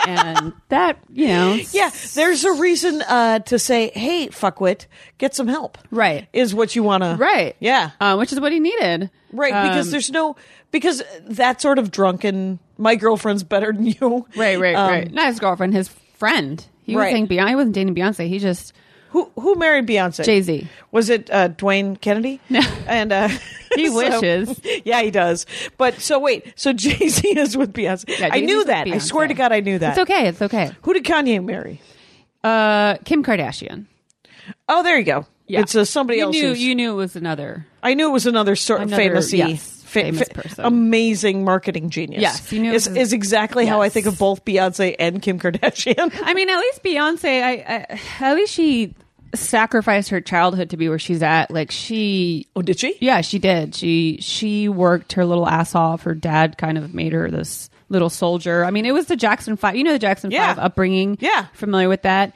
and that you know,
Yeah, there's a reason uh, to say, hey, fuckwit, get some help.
Right.
Is what you want to.
right,
Yeah.
uh, which is what he needed,
Right, because
Um,
there's no because that sort of drunken my girlfriend's better than you.
Right, right,
Um,
right. Not his girlfriend, his friend. He was
Right.
saying Beyonce. He wasn't dating Beyonce. He just
Who who married Beyonce?
Jay-Z.
Was it uh, Dwayne Kennedy? No. <laughs> And uh,
<laughs>
<laughs>
He
so-
wishes.
Yeah, he does. But so wait, so <laughs> Jay Z is with Beyonce.
Yeah,
I
Jay-Z's
knew
with
that. I swear
Beyonce.
to God, I knew that.
it's okay. It's okay.
Who did Kanye marry?
Uh, Kim Kardashian.
Oh, there you go.
Yeah.
It's uh, somebody
You
else.
knew.
who's-
You knew it was another.
I knew it was another, sort
Another-
famous
yes, famous person.
amazing marketing genius.
Yes, you knew it
is,
was-
is exactly how I
yes.
think of both Beyonce and Kim
<laughs>
Kardashian.
I mean, at least Beyonce. I, I at least she sacrificed her childhood to be where she's at. Like she
oh, did she?
Yeah, she did. She she worked her little ass off. Her dad kind of made her this little soldier. I mean, it was the Jackson Five. You know the Jackson
Yeah.
Five upbringing.
Yeah.
familiar with that.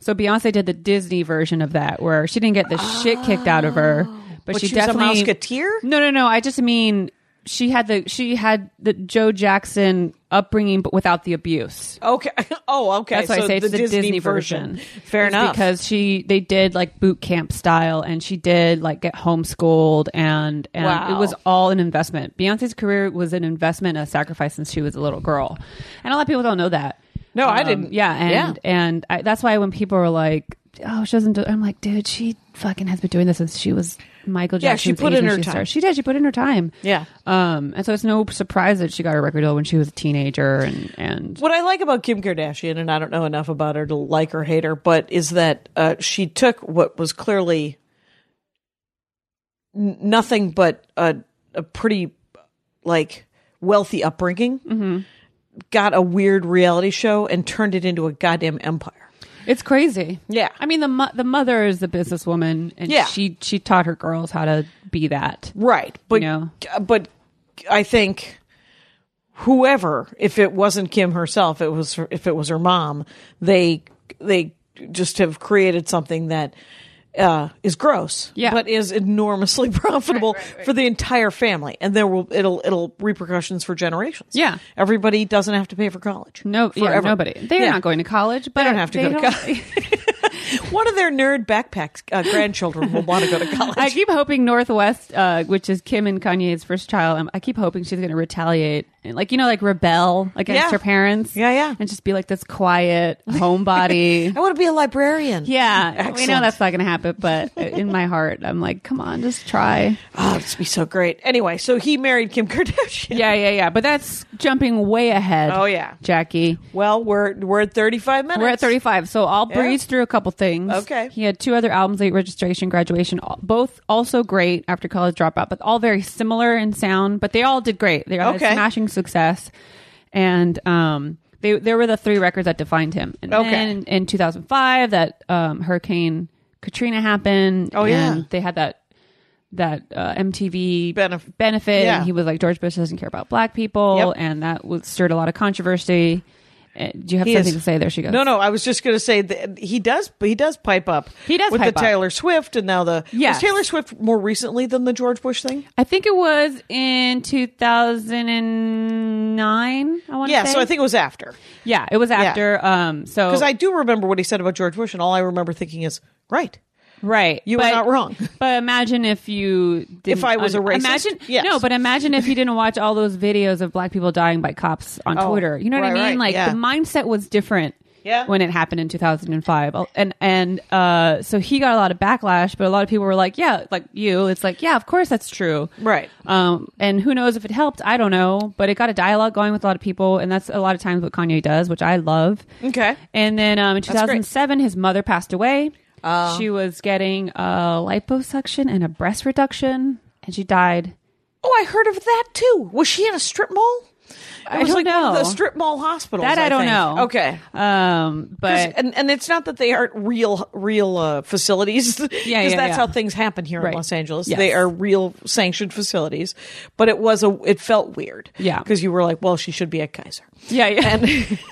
So Beyonce did the Disney version of that, where she didn't get the shit kicked out of her, but,
Oh. But
she,
she was a
definitely Mm-hmm.
Mouseketeer?
No, no, no. I just mean she had the she had the Joe Jackson upbringing, but without the abuse.
Okay. <laughs> Oh, okay.
That's why
so
I say it's
the, Disney,
version.
Fair
It's
enough.
because she they did like boot camp style, and she did like get homeschooled, and and
Wow.
it was all an investment. Beyonce's career was an investment, a sacrifice since she was a little girl, and a lot of people don't know that. Um,
No, I didn't.
Yeah, and
Yeah.
and I, that's why when people are like, "Oh, she doesn't," do-, I'm like, "Dude, she fucking has been doing this since she was Michael
Yeah,
Jackson."
she put in her time.
She did. She put in her time.
Yeah.
Um, and so it's no surprise that she got her record deal when she was a teenager, and and
what I like about Kim Kardashian, and I don't know enough about her to like or hate her, but is that uh, she took what was clearly n- nothing but a, a pretty like wealthy upbringing, got a weird reality show, and turned it into a goddamn empire.
It's crazy.
Yeah.
I mean the mo- the mother is the businesswoman, and
Yeah.
she she taught her girls how to be that.
Right. But uh,
know?
but I think whoever, if it wasn't Kim herself, it was if it was her mom, they they just have created something that uh, is gross,
Yeah.
but is enormously <laughs> profitable for the entire family, and there will it'll it'll repercussions for generations.
Yeah.
everybody doesn't have to pay for college.
No, yeah,
Forever.
nobody. They're
Yeah.
not going to college,
They
but
don't have to
they
go to
don't-
college. One of their nerd backpacks uh, grandchildren will want to
<laughs>
go to college.
<laughs> I keep hoping Northwest, uh, which is Kim and Kanye's first child, um, I keep hoping she's going to retaliate, and like you know, like rebel against
Yeah.
her parents.
Yeah, yeah.
and just be like this quiet
<laughs>
homebody.
I want to be a librarian.
yeah, we know
Excellent.
that's not going to happen, but in my heart, I'm like, come on, just try.
Oh, this would be so great. Anyway, so he married Kim Kardashian. <laughs>
Yeah, yeah, yeah. But that's jumping way ahead.
Oh, yeah.
Jackie.
Well, we're we're at 35 minutes.
We're at 35, so I'll breeze through a couple things.
Okay.
He had two other albums, Late Registration, Graduation, all- both also great after college dropout, but all very similar in sound, but they all did great. They all had
Okay.
smashing success. And um, they, they were the three records that defined him. And
Okay.
then in, 2005, that um, Hurricane Katrina happened.
Oh, yeah.
and they had that that uh, MTV
Benef-
benefit.
Yeah.
And he was like, George Bush doesn't care about black people.
Yep.
And that was, stirred a lot of controversy. Uh, Do you have
He
something
is-
to say? There she goes.
No, no, I was just going to say that he does. He does pipe up.
He does
with
pipe
the
up.
Taylor Swift and now the
Yes.
was Taylor Swift more recently than the George Bush thing.
I think it was in 2009. I want to
Yeah,
say.
so I think it was after
yeah, it was after. Um, so
because I do remember what he said about George Bush, and all I remember thinking is right.
Right.
You were not wrong.
<laughs> But imagine if you didn't,
I was a racist?
Imagine,
Yes.
No, but imagine if you didn't watch all those videos of black people dying by cops on
<laughs> Oh,
Twitter. You know what
right,
I mean?
right,
like
yeah.
the mindset was different
Yeah.
when it happened in 2005. Oh, And and uh so he got a lot of backlash, but a lot of people were like, yeah, like you, it's like, yeah, of course that's true.
Right.
Um and who knows if it helped, I don't know, but it got a dialogue going with a lot of people and that's a lot of times what Kanye does, which I love.
Okay.
And then um, in
great. Oh.
2007, his mother passed away. she was getting a liposuction and a breast reduction, and she died.
Oh, I heard of that too. Was she in a strip mall? It
I
was
don't
like one of
know.
the strip mall hospitals.
That I, don't
think.
know.
Okay. 'Cause-
Um, but
and, and it's not that they aren't real real uh, facilities <laughs> because
yeah,
that's
yeah.
how things happen here in
Right.
Los Angeles.
Yes.
They are real sanctioned facilities, but it was a it felt weird.
Yeah.
because you were like, well, she should be at Kaiser.
yeah, yeah.
<laughs>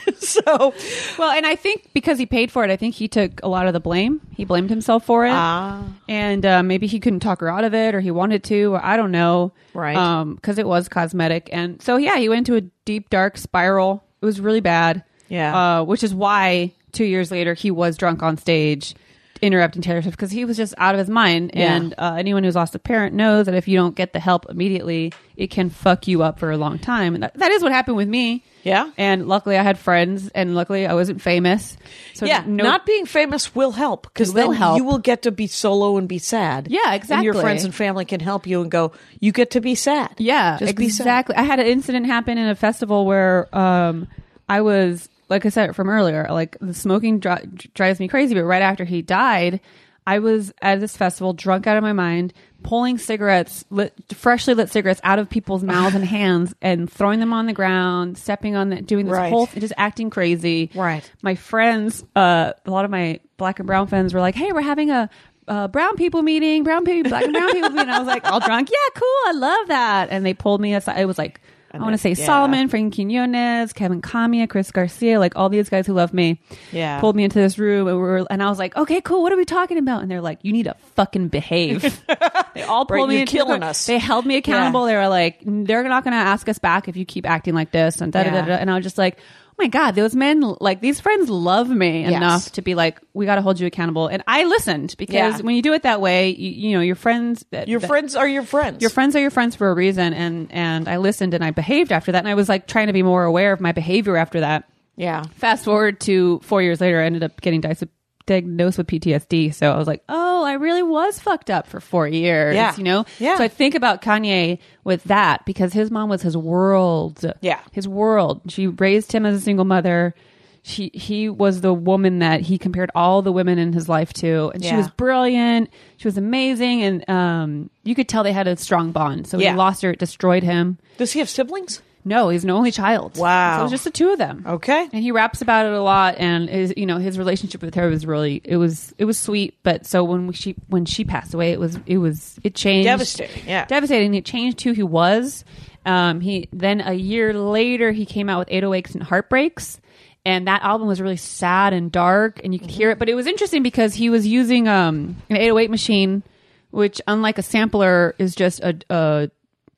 And so,
well, and I think because he paid for it, I think he took a lot of the blame. He blamed himself for it,
Ah.
and uh, maybe he couldn't talk her out of it, or he wanted to, or I don't know,
Right.
Because it was cosmetic, and so yeah, he went into a deep dark spiral. It was really bad.
Yeah.
uh, which is why two years later he was drunk on stage. Interrupting Taylor Swift because he was just out of his mind,
Yeah.
and uh, anyone who's lost a parent knows that if you don't get the help immediately, it can fuck you up for a long time, and that, that is what happened with me.
Yeah.
And luckily, I had friends, and luckily, I wasn't famous. So
yeah,
no,
not being famous will help because
It will
then
help.
you will get to be solo and be sad.
Yeah,
And your
exactly.
friends and family can help you and go. You get to be sad.
yeah,
just be sad.
exactly. I had an incident happen in a festival where um, I was, like I said from earlier, like the smoking dri- drives me crazy. But right after he died, I was at this festival, drunk out of my mind, pulling cigarettes, lit, freshly lit cigarettes out of people's
<laughs>
mouths and hands, and throwing them on the ground, stepping on that, doing this
Right.
whole, just acting crazy.
Right.
my friends, uh, a lot of my black and brown friends were like, "Hey, we're having a." Uh, brown people meeting, brown people, black and brown people meeting. I was like, all drunk. Yeah, cool. I love that. And they pulled me aside. It was like, I want to say
then- yeah.
Solomon, Frank Quinones, Kevin Kamiya, Chris Garcia, like all these guys who love me.
Yeah.
Pulled me into this room and, we were, and I was like, okay, cool. What are we talking about? And they're like, you need to fucking behave.
<laughs>
they all pulled
Right,
me
you're
into the
killing
corner.
us.
They held me accountable. They were like, they're not going to ask us back if you keep acting like this. And, da, da, da,
Yeah.
da. and I was just like, oh my God, those men, like these friends love me
Yes.
enough to be like, we got to hold you accountable. And I listened because
Yeah.
when you do it that way, you, you know, your friends, that,
Your
that-
friends are your friends.
your friends are your friends for a reason and and i listened and i behaved after that and i was like trying to be more aware of my behavior after that
Yeah.
fast forward to four years later i ended up getting dis- diagnosed with ptsd so i was like oh i really was fucked up for four years
Yeah.
you know
Yeah.
so i think about kanye with that because his mom was his world
Yeah.
his world she raised him as a single mother she he was the woman that he compared all the women in his life to and she
Yeah.
was brilliant she was amazing and um you could tell they had a strong bond so
Yeah.
he lost her it destroyed him
Does he have siblings?
no he's an only child
Wow.
so it was just the two of them
Okay.
and he raps about it a lot and his you know his relationship with her was really it was it was sweet but so when we, she when she passed away it was it was it changed
Devastating, yeah.
devastating it changed who he was um he then a year later he came out with 808s and heartbreaks and that album was really sad and dark and you could hear it but it was interesting because he was using um an 808 machine which unlike a sampler is just a a,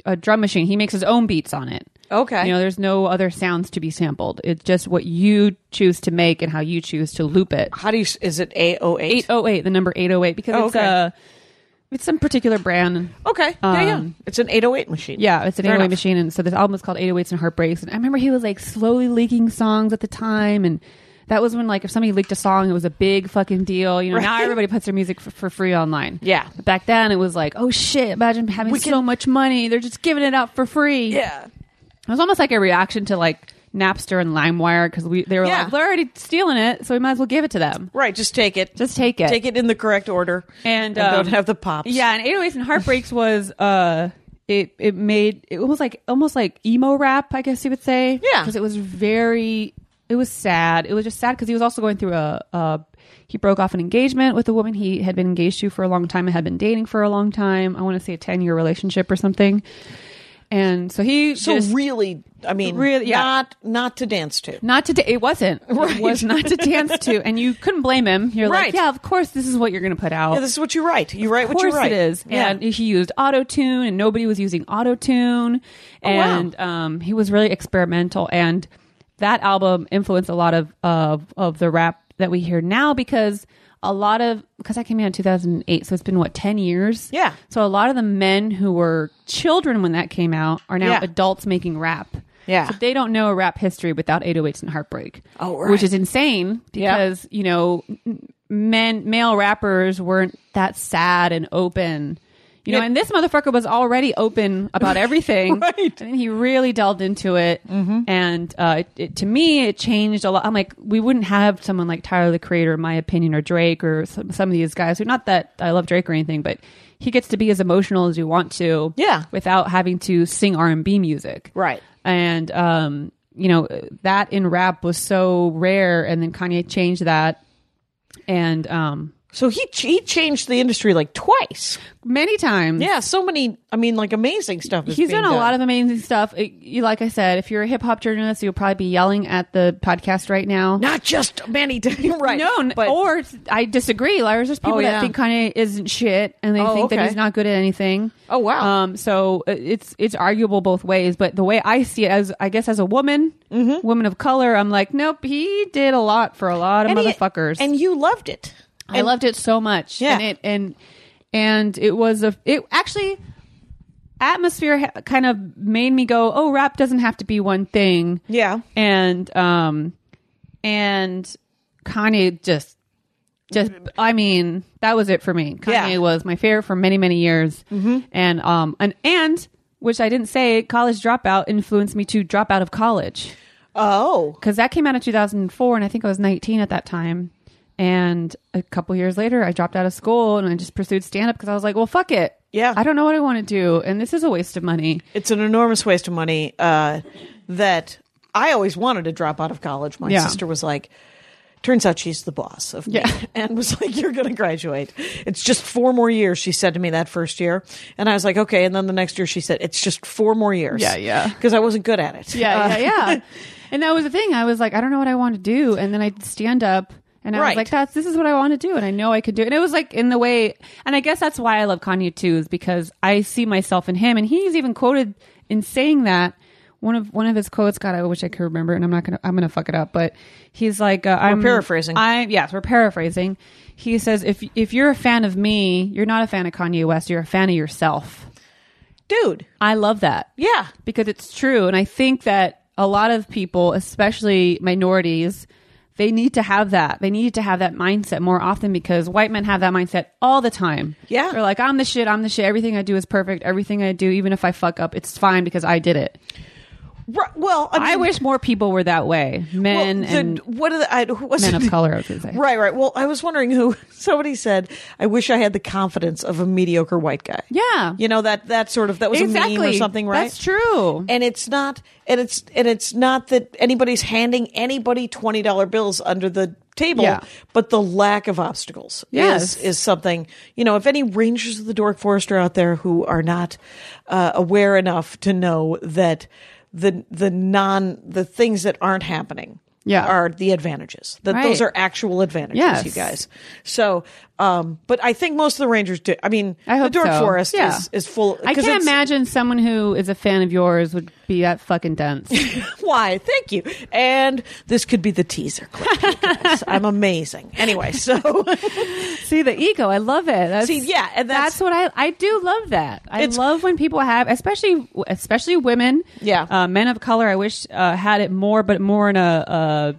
a drum machine he makes his own beats on it
Okay.
you know, there's no other sounds to be sampled. It's just what you choose to make and how you choose to loop it.
How do you? s- Is it eight oh eight?
808, the number 808, because
Oh,
it's
okay.
uh it's some particular brand.
Okay. Yeah, yeah.
Um,
It's an eight oh eight machine.
Yeah, it's an
Fair
808
enough.
machine, and so this album is called 808s and Heartbreaks. And I remember he was like slowly leaking songs at the time, and that was when like if somebody leaked a song, it was a big fucking deal. You know, now everybody puts their music for, for free online.
Yeah.
but back then it was like, oh shit, imagine having so much money, they're just giving it out for free.
Yeah.
It was almost like a reaction to like Napster and LimeWire because we they were
Yeah.
like they're already stealing it, so we might as well give it to them.
Right. Just take it.
Just take it.
Take it in the correct order.
And, um,
don't have the pops.
Yeah, and 808s and Heartbreaks was uh it it made it was like almost like emo rap, I guess you would say.
Yeah.
because it was very it was sad. It was just sad because he was also going through a, a he broke off an engagement with a woman he had been engaged to for a long time and had been dating for a long time. I want to say a ten year relationship or something. and so he
So
just
really, I mean,
Really- yeah.
not not to dance to.
not to da- it wasn't it was not to dance to, and you couldn't blame him. You're
Right.
like, yeah, of course, this is what you're going to put out.
Yeah, this is what you write. You write
of
what you
course
write.
it is.
Yeah.
And he used auto tune, and nobody was using auto tune,
Oh, wow.
and um, he was really experimental. And that album influenced a lot of of of the rap that we hear now because a lot of because I came out in 2008, so it's been what 10 years.
Yeah.
So a lot of the men who were children when that came out are now
Yeah.
adults making rap.
Yeah.
So they don't know rap history without 808s and heartbreak.
Oh, right.
Which is insane
Yeah.
because you know m- men male rappers weren't that sad and open you know
Yeah.
and this motherfucker was already open
<laughs>
about everything
Right. Mm-hmm.
and then he really delved into it and uh, it, it- to me it changed a lot i'm like we wouldn't have someone like tyler the creator in my opinion or drake or some, some of these guys who not that i love drake or anything but he gets to be as emotional as you want to
Yeah.
without having to sing r&b music
Right.
and um you know that in rap was so rare and then kanye changed that and um
So he he changed the industry like twice.
many times
Yeah, so many. I mean, like amazing stuff. Is
he's
being
done a lot of amazing stuff It- you, like i said if you're a hip-hop journalist you'll probably be yelling at the podcast right now
not just Manny Day, <laughs> right?
no, n-
but
or I disagree. Like, there's just people
Oh, yeah.
that think Kanye isn't shit, and they
Oh,
think
okay.
that he's not good at anything.
Oh, wow.
Um, so uh, it's it's arguable both ways, but the way I see it, as I guess as a woman,
Mm-hmm.
woman of color, I'm like, nope, he did a lot for a lot of
and he-
motherfuckers.
and you loved it.
I loved it so much.
Yeah.
And it and and it was a it actually atmosphere ha- kind of made me go, "Oh, rap doesn't have to be one thing."
Yeah.
And um and Kanye just just I mean, that was it for me. Kanye
Yeah. Mm-hmm.
was my favorite for many, many years. And um and and which I didn't say, college dropout influenced me to drop out of college
Oh,
because that came out in 2004 and i think i was 19 at that time and a couple years later i dropped out of school and i just pursued stand-up because i was like well fuck it
Yeah.
i don't know what i want to do and this is a waste of money
it's an enormous waste of money. Uh, that I always wanted to drop out of college. My
Yeah.
sister was like, turns out she's the boss of me,
Yeah.
<laughs> and was like, you're going to graduate. It's just four more years. She said to me that first year, and I was like, okay. And then the next year, she said, it's just four more years.
Yeah, yeah.
Because I wasn't good at it. Uh,
<laughs> yeah yeah yeah and that was the thing i was like i don't know what i want to do and then i did stand-up and I
Right.
was like, "That's this is what I want to do," and I know I could do it. And it was like in the way, and I guess that's why I love Kanye too, is because I see myself in him. And he's even quoted in saying that one of one of his quotes. God, I wish I could remember, and I'm not gonna I'm gonna fuck it up. But he's like, uh, "I'm
paraphrasing.
I yes, we're paraphrasing. He says, "If if you're a fan of me, you're not a fan of Kanye West. You're a fan of yourself."
dude.
I love that
Yeah.
because it's true and i think that a lot of people especially minorities they need to have that they need to have that mindset more often because white men have that mindset all the time
Yeah.
they're like i'm the shit i'm the shit everything i do is perfect everything i do even if i fuck up it's fine because i did it
Ri- Well, I, mean,
i wish more people were that way
well,
men
the-
and
what are the, I, who was <laughs>
men
it?
of color i was gonna say
Right, right. Well, I was wondering who <laughs> somebody said, I wish I had the confidence of a mediocre white guy.
Yeah.
You know, that that sort of that was a meme or
Exactly.
something, right?
That's true.
And it's not and it's and it's not that anybody's handing anybody twenty dollar bills under the table,
Yeah.
but the lack of obstacles
Yes.
is is something, you know, if any rangers of the Dork Forest are out there who are not uh, aware enough to know that the the non the things that aren't happening
Yeah.
are the advantages. That those
Right.
are actual advantages,
Yes.
you guys. So, um, but I think most of the Rangers do. I mean,
I hope
the Dork
so.
Forest
Yeah.
is, is full.
I
'cause
can't
it's-
imagine someone who is a fan of yours would be that fucking dense.
<laughs> Why? Thank you. And this could be the teaser clip. you guys. I'm amazing. Anyway,
<laughs>
so
See the ego, I love it. That's,
See, yeah, and that's-
that's, what I I do love that. I
It's-
love when people have, especially especially women,
Yeah.
uh, men of color. I wish uh, had it more, but more in a uh,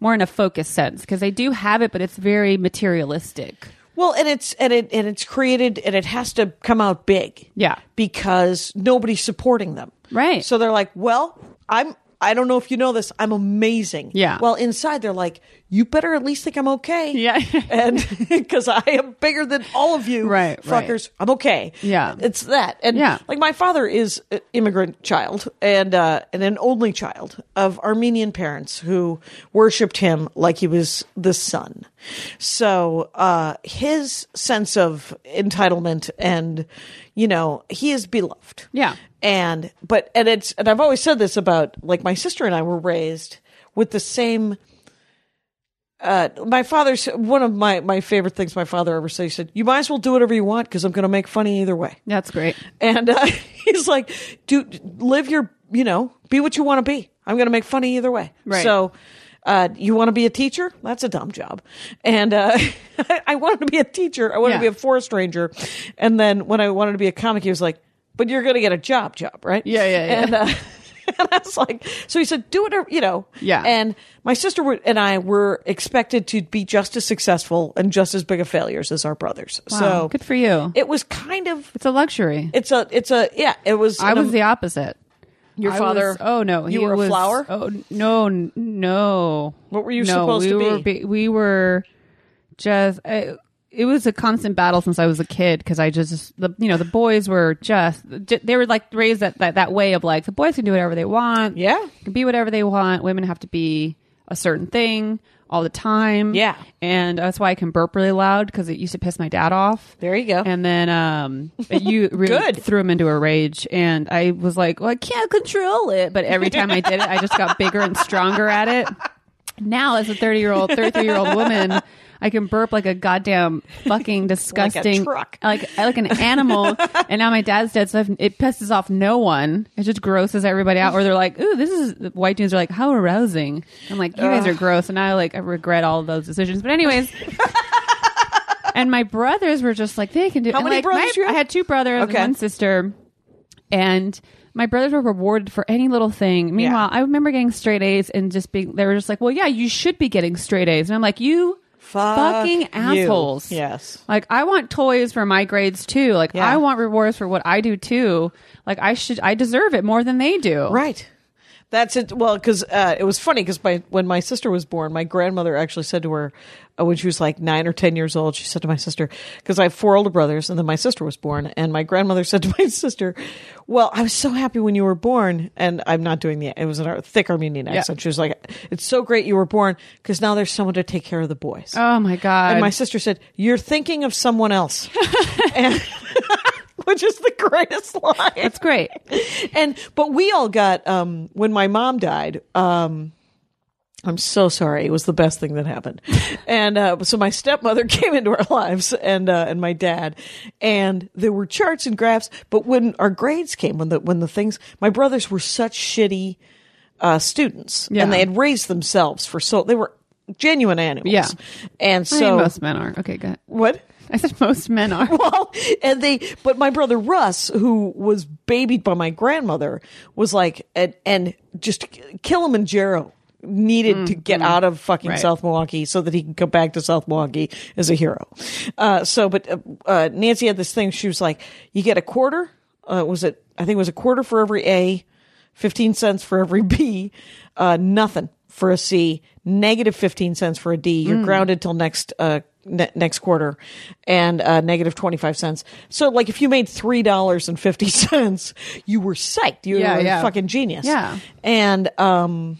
more in a focus sense because they do have it, but it's very materialistic.
well, and it's and it and it's created and it has to come out big.
Yeah.
because nobody's supporting them.
Right.
So they're like, well, I'm. I don't know if you know this. I'm amazing.
Yeah.
Well, inside they're like, you better at least think I'm okay.
Yeah.
and <laughs> because I am bigger than all of you,
Right, right.
Fuckers, I'm okay.
Yeah.
It's that. And
Yeah.
like my father is an immigrant child and uh, and an only child of Armenian parents who worshipped him like he was the sun. So uh, his sense of entitlement and you know he is beloved.
Yeah.
and but and it's and I've always said this about like my sister and I were raised with the same. Uh, my father's one of my my favorite things my father ever said. He said, "You might as well do whatever you want because I'm going to make funny either way."
That's great.
And uh, <laughs> he's like, "Do live your, you know, be what you want to be. I'm going to make funny either way."
Right.
So, uh, you want to be a teacher? That's a dumb job. And uh, <laughs> I wanted to be a teacher. I wanted to be
Yeah.
a forest ranger. And then when I wanted to be a comic, he was like, "But you're going to get a job, job, right?"
Yeah, yeah, yeah.
And, uh, <laughs> and I was like, so he said, do whatever, you know.
Yeah.
And my sister would, and I were expected to be just as successful and just as big of failures as our brothers.
Wow.
So
Oh, good for you.
It was kind of
it's a luxury.
it's a, it's a, yeah. It was.
I
an
was
am-
the opposite.
Your
I
father-
was- oh no,
you
he
were a
was-
flower?
Oh no, n- no.
What were you
No,
supposed
we
to
were
be?
we were just. I, it was a constant battle since I was a kid because I just the you know the boys were just they were like raised that, that that way of like the boys can do whatever they want.
Yeah.
can be whatever they want. Women have to be a certain thing all the time.
Yeah.
and that's why I can burp really loud because it used to piss my dad off.
There you go.
And then um,
<laughs>
you really
Good.
threw him into a rage, and I was like, "Well, I can't control it." But every time I did it, I
<laughs>
just got bigger and stronger at it. Now, as a thirty-year-old, thirty-three-year-old woman, I can burp like a goddamn
<laughs>
fucking disgusting
truck.
like like an animal. and now my dad's dead, so I've- it pisses off no one. It just grosses everybody out. Or they're like, "Ooh, this is." the White dudes are like, "How arousing!" I'm like, "You guys are gross," and I like I regret all of those decisions. But anyways. And my brothers were just like they can do.
How
and,
many
like,
brothers
my-
you have?
I had two brothers
Okay.
and one sister, and my brothers were rewarded for any little thing. Meanwhile, I remember getting straight A's and just being. They were just like, "Well, yeah, you should be getting straight A's," and I'm like, "You
Fuck
fucking
you.
assholes!"
Yes.
Like I want toys for my grades too. Like
Yeah.
I want rewards for what I do too. Like I should. I deserve it more than they do.
Right. That's it. Well, because uh, it was funny because my when my sister was born, my grandmother actually said to her uh, when she was like nine or ten years old, she said to my sister because I have four older brothers, and then my sister was born, and my grandmother <laughs> said to my sister, "Well, I was so happy when you were born," and I'm not doing the it was a thick Armenian accent. She was like, "It's so great you were born because now there's someone to take care of the boys."
Oh my god.
And <laughs> my sister said, "You're thinking of someone
<laughs>
else," And- <laughs> which is the greatest line.
That's great.
and but we all got um, when my mom died. Um, I'm so sorry. It was the best thing that happened.
<laughs>
And uh, so my stepmother <laughs> came into our lives, and uh, and my dad, and there were charts and graphs. But when our grades came, when the when the things, my brothers were such shitty uh, students,
Yeah.
and they had raised themselves for so they were genuine animals.
Yeah.
and
I mean,
so
most men are okay. Good.
what?
<laughs> I said most men are.
<laughs> well, and they, but my brother Russ, who was babied by my grandmother, was like, and, and just Kilimanjaro needed to get out of fucking
Right.
South Milwaukee so that he can come back to South Milwaukee as a hero. Uh, so, but uh, uh, Nancy had this thing. She was like, you get a quarter. Uh, was it? I think it was a quarter for every A, fifteen cents for every B, uh, nothing for a C, negative fifteen cents for a D. You're
Hmm.
grounded till next uh, ne- next quarter, and uh, negative twenty five cents. So, like, if you made three dollars and fifty <laughs> cents, you were psyched. You
Yeah,
were
yeah.
a fucking genius.
Yeah.
and um,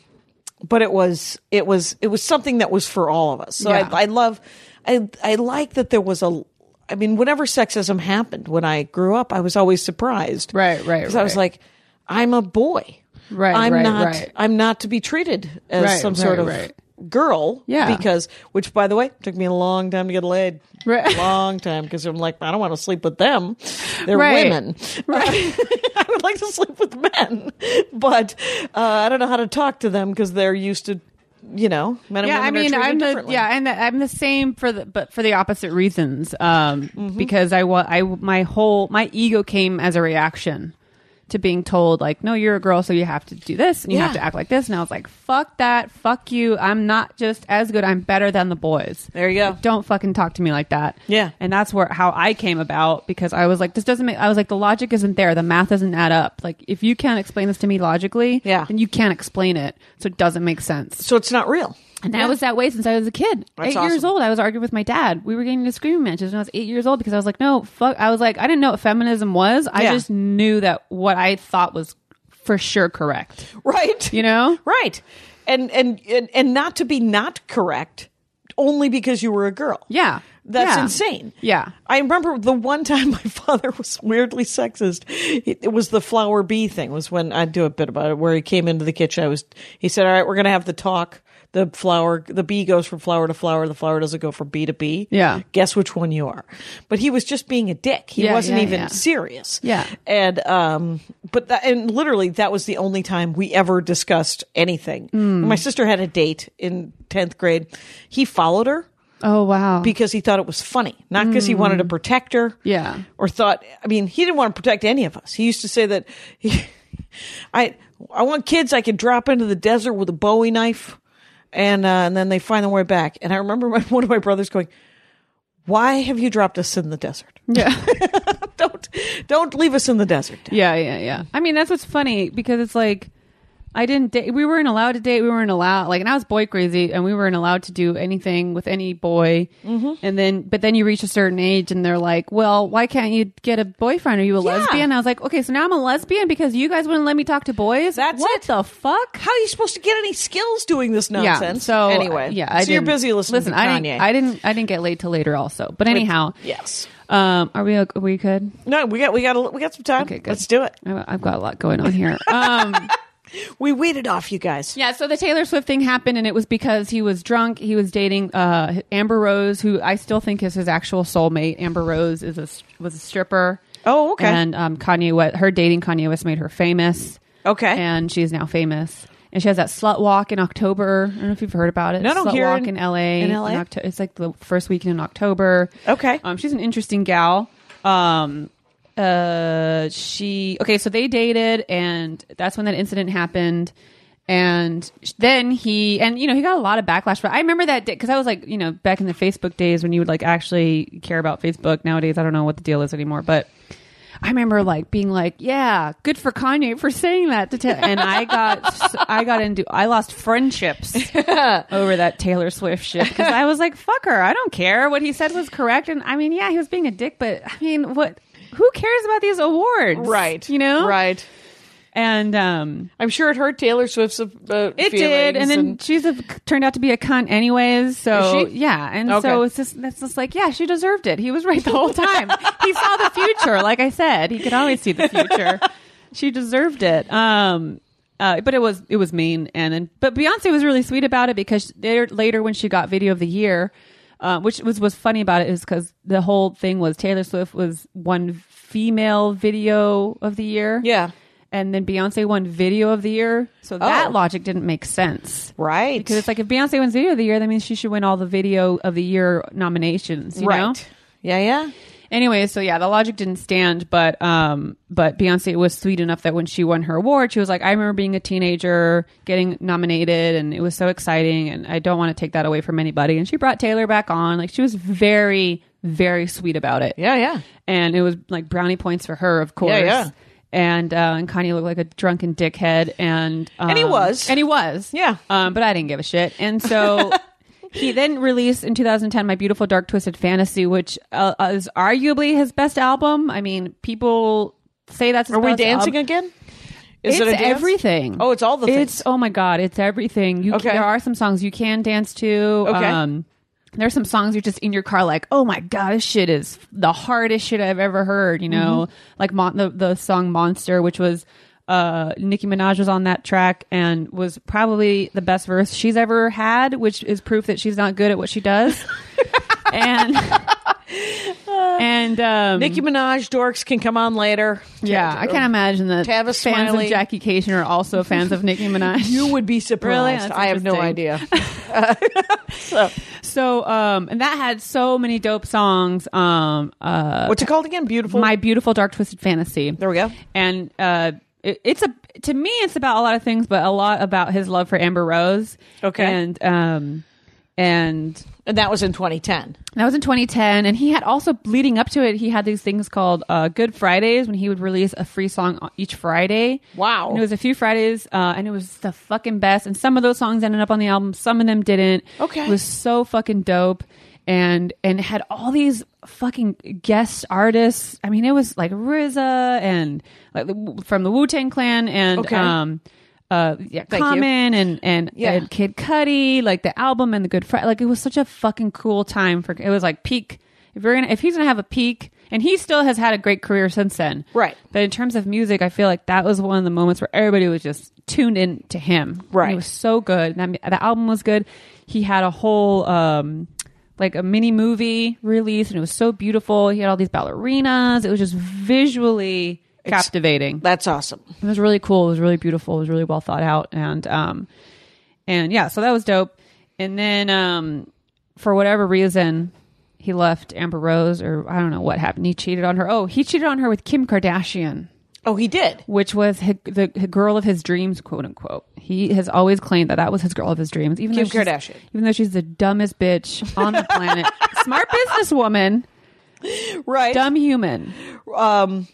but it was it was it was something that was for all of us. So
Yeah.
I, I love, I I like that there was a. I mean, whenever sexism happened when I grew up, I was always surprised.
Right, right,
'Cause I was
right.
like, I'm a boy.
Right,
I'm
right,
not.
right.
I'm not to be treated as
Right,
some sort
right,
of
right.
girl.
Yeah.
Because, which by the way, took me a long time to get laid.
Right.
Long time because I'm like, I don't want to sleep with
<laughs>
them. They're
Right. <laughs>
women. <laughs> Right. I would like to sleep with men, but uh, I don't know how to talk to them because they're used to, you know, men and
yeah, I
women are
mean,
treated
I'm the
differently.
yeah, and the, I'm the same for the but for the opposite reasons. Um,
Mm-hmm.
because I wa- I my whole my ego came as a reaction to being told like, no, you're a girl, so you have to do this and you have
Yeah.
to act like this, and I was like, fuck that, fuck you. I'm not just as good. I'm better than the boys.
There you go.
Don't fucking talk to me like that.
Yeah.
and that's where how I came about because I was like, this doesn't make. I was like, the logic isn't there. The math doesn't add up. Like, if you can't explain this to me logically,
Yeah.
then you can't explain it. So it doesn't make sense.
So it's not real.
And I was that way since I was a kid.
That's
eight years
awesome.
old, I was arguing with my dad. We were getting into screaming matches when I was eight years old because I was like, no, fuck. I was like, I didn't know what feminism was. I
Yeah.
just knew that what I thought was for sure correct.
Right.
You know?
Right. And, and and and not to be not correct only because you were a girl.
Yeah.
That's
Yeah.
insane.
Yeah.
I remember the one <laughs> time my father was weirdly sexist. It, it was the flower bee thing. Was when I do a bit about it, where he came into the kitchen. I was. He said, "All right, we're gonna have the talk." The flower, the bee goes from flower to flower. The flower doesn't go from bee to bee.
Yeah.
guess which one you are. But he was just being a dick. He
Yeah,
wasn't
yeah,
even
yeah.
serious.
Yeah.
and um, but that and literally that was the only time we ever discussed anything.
Hmm.
My sister had a date in tenth grade. He followed her
Oh wow.
because he thought it was funny, not because he wanted to protect her.
Mm. Yeah.
Or thought, I mean, he didn't want to protect any of us. He used to say that he, <laughs> I, I want kids I can drop into the desert with a Bowie knife and, uh, and then they find their way back. And I remember <laughs> my, one of my brothers going, why have you dropped us in the desert? <laughs>
yeah. <laughs>
don't, don't leave us in the desert.
Yeah, yeah, yeah. I mean, that's what's funny because it's like I didn't date. We weren't allowed to date. We weren't allowed like, and I was boy crazy, and we weren't allowed to do anything with any boy.
Mm-hmm.
And then, but then you reach a certain age, and they're like, "Well, why can't you get a boyfriend? Are you a lesbian?" I was like, "Okay, so now I'm a lesbian because you guys wouldn't let me talk to boys.
That's
what
it.
the fuck."
How are you supposed to get any skills doing this nonsense?
Yeah. So
anyway,
yeah, I
so you're
didn't-
busy listening
Listen,
to
I
Kanye.
didn't, I didn't. I didn't get laid till later, also. But anyhow,
yes.
um, are we? Are we good?
No, we got we got a, we got some time.
Okay, good.
Let's do it.
I- I've got a lot going on
<laughs>
here. Um,
We weeded off you guys.
Yeah, so the Taylor Swift thing happened, and it was because he was drunk. He was dating uh, Amber Rose, who I still think is his actual soulmate. Amber Rose is a was a stripper.
Oh, okay.
And um, Kanye West, her dating Kanye West made her famous.
Okay.
and she is now famous. And she has that slut walk in October. I don't know if you've heard about it.
No, no,
slut
here
walk
in-
in, L.A.
in LA?
Octo- it's like the first weekend in October.
Okay.
um, she's an interesting gal. Um, uh, she okay. So they dated, and that's when that incident happened. And sh- then he and you know he got a lot of backlash, but I remember that because I was like you know back in the Facebook days when you would like actually care about Facebook. Nowadays, I don't know what the deal is anymore, but. I remember like being like, "Yeah, good for Kanye for saying that." To Ta-. And
<laughs>
I got, I got into, I lost friendships over that Taylor Swift shit because I was like, "Fuck her, I don't care." What he said was correct, and I mean, yeah, he was being a dick, but I mean, what? Who cares about these awards,
Right.
You know,
Right.
And um,
I'm sure it hurt Taylor Swift's uh,
it did, and then she's a, turned out to be a cunt anyways. So
Is she?
yeah, and so
Okay.
it's just that's just like yeah, she deserved it. He was right the whole time. he saw the future, like I said, he could always see the
<laughs>
future. she deserved it. Um, uh, but it was it was mean, and then but Beyonce was really sweet about it because later, later when she got Video of the Year. Uh, which was was funny about it is because the whole thing was Taylor Swift was one female video of the year,
Yeah.
and then Beyonce won Video of the Year, so that
Oh.
logic didn't make sense.
right
Because it's like if Beyonce wins Video of the Year, that means she should win all the Video of the Year nominations. You
right.
Know?
Yeah, yeah.
Anyway, so yeah, the logic didn't stand, but um, but Beyonce was sweet enough that when she won her award, she was like, "I remember being a teenager, getting nominated, and it was so exciting, and I don't want to take that away from anybody." And she brought Taylor back on. Like she was very, very sweet about it
Yeah, yeah.
and it was like brownie points for her, of course.
Yeah, yeah.
And uh, and Kanye looked like a drunken dickhead, and um,
And he was.
and he was,
Yeah.
Um, but I didn't give a shit,
<laughs>
and so. He then released in 2010 My Beautiful Dark Twisted Fantasy, which uh, is arguably his best album. I mean, people say that's his
Are we
best
dancing
album.
again?
It's
Is it a dance?
everything.
Oh, it's all the things.
It's oh my god, it's everything. You
Okay.
can, there are some songs you can dance to.
Okay.
Um, there's some songs you're just in your car like, oh my god, this shit is the hardest shit I've ever heard. You know,
Mm-hmm.
like mon- the the song Monster, which was uh Nicki Minaj was on that track and was probably the best verse she's ever had, which is proof that she's not good at what
<laughs>
she does. and and um,
Nicki Minaj dorks can come on later.
yeah, I
um,
can't imagine that
Tavis
fans
Smiley.
of Jackie Cation
<laughs>
are also fans of Nicki Minaj.
You would be
Really?
surprised.
That's
I have no idea.
interesting. So, um, and that had so many dope songs. Um, <laughs> uh,
What's it called again? Beautiful.
My Beautiful Dark Twisted Fantasy.
there we go.
And uh, it, it's a to me, it's about a lot of things, but a lot about his love for Amber Rose.
Okay.
and um, and
And that was in 2010.
that was in 2010, and he had also leading up to it, he had these things called uh, Good Fridays when he would release a free song each Friday.
Wow.
And it was a few Fridays, uh, and it was the fucking best. And some of those songs ended up on the album, some of them didn't.
Okay.
it was so fucking dope, and and had all these fucking guest artists. I mean, it was like RZA and like the- from the Wu Tang Clan and
Okay.
um uh, yeah,
Thank you.
Common and and,
Yeah.
and Kid Cudi, like the album and the Good Friday. Like it was such a fucking cool time for. It was like peak. If you're gonna, if he's gonna have a peak, and he still has had a great career since then,
Right.
But in terms of music, I feel like that was one of the moments where everybody was just tuned in to him,
Right.
And it was so good. And that, the album was good. He had a whole um like a mini movie release, and it was so beautiful. He had all these ballerinas. It was just visually captivating.
That's awesome.
It was really cool. It was really beautiful. It was really well thought out, and um, and yeah, so that was dope. And then um, for whatever reason, he left Amber Rose, or I don't know what happened. He cheated on her. Oh, he cheated on her with Kim Kardashian,
Oh, he did.
which was his, the the girl of his dreams, quote unquote. He has always claimed that that was his girl of his dreams, even
Kim
though she's-
Kardashian.
even though she's the dumbest bitch on the
<laughs>
planet, smart businesswoman,
Right.
dumb human.
Um,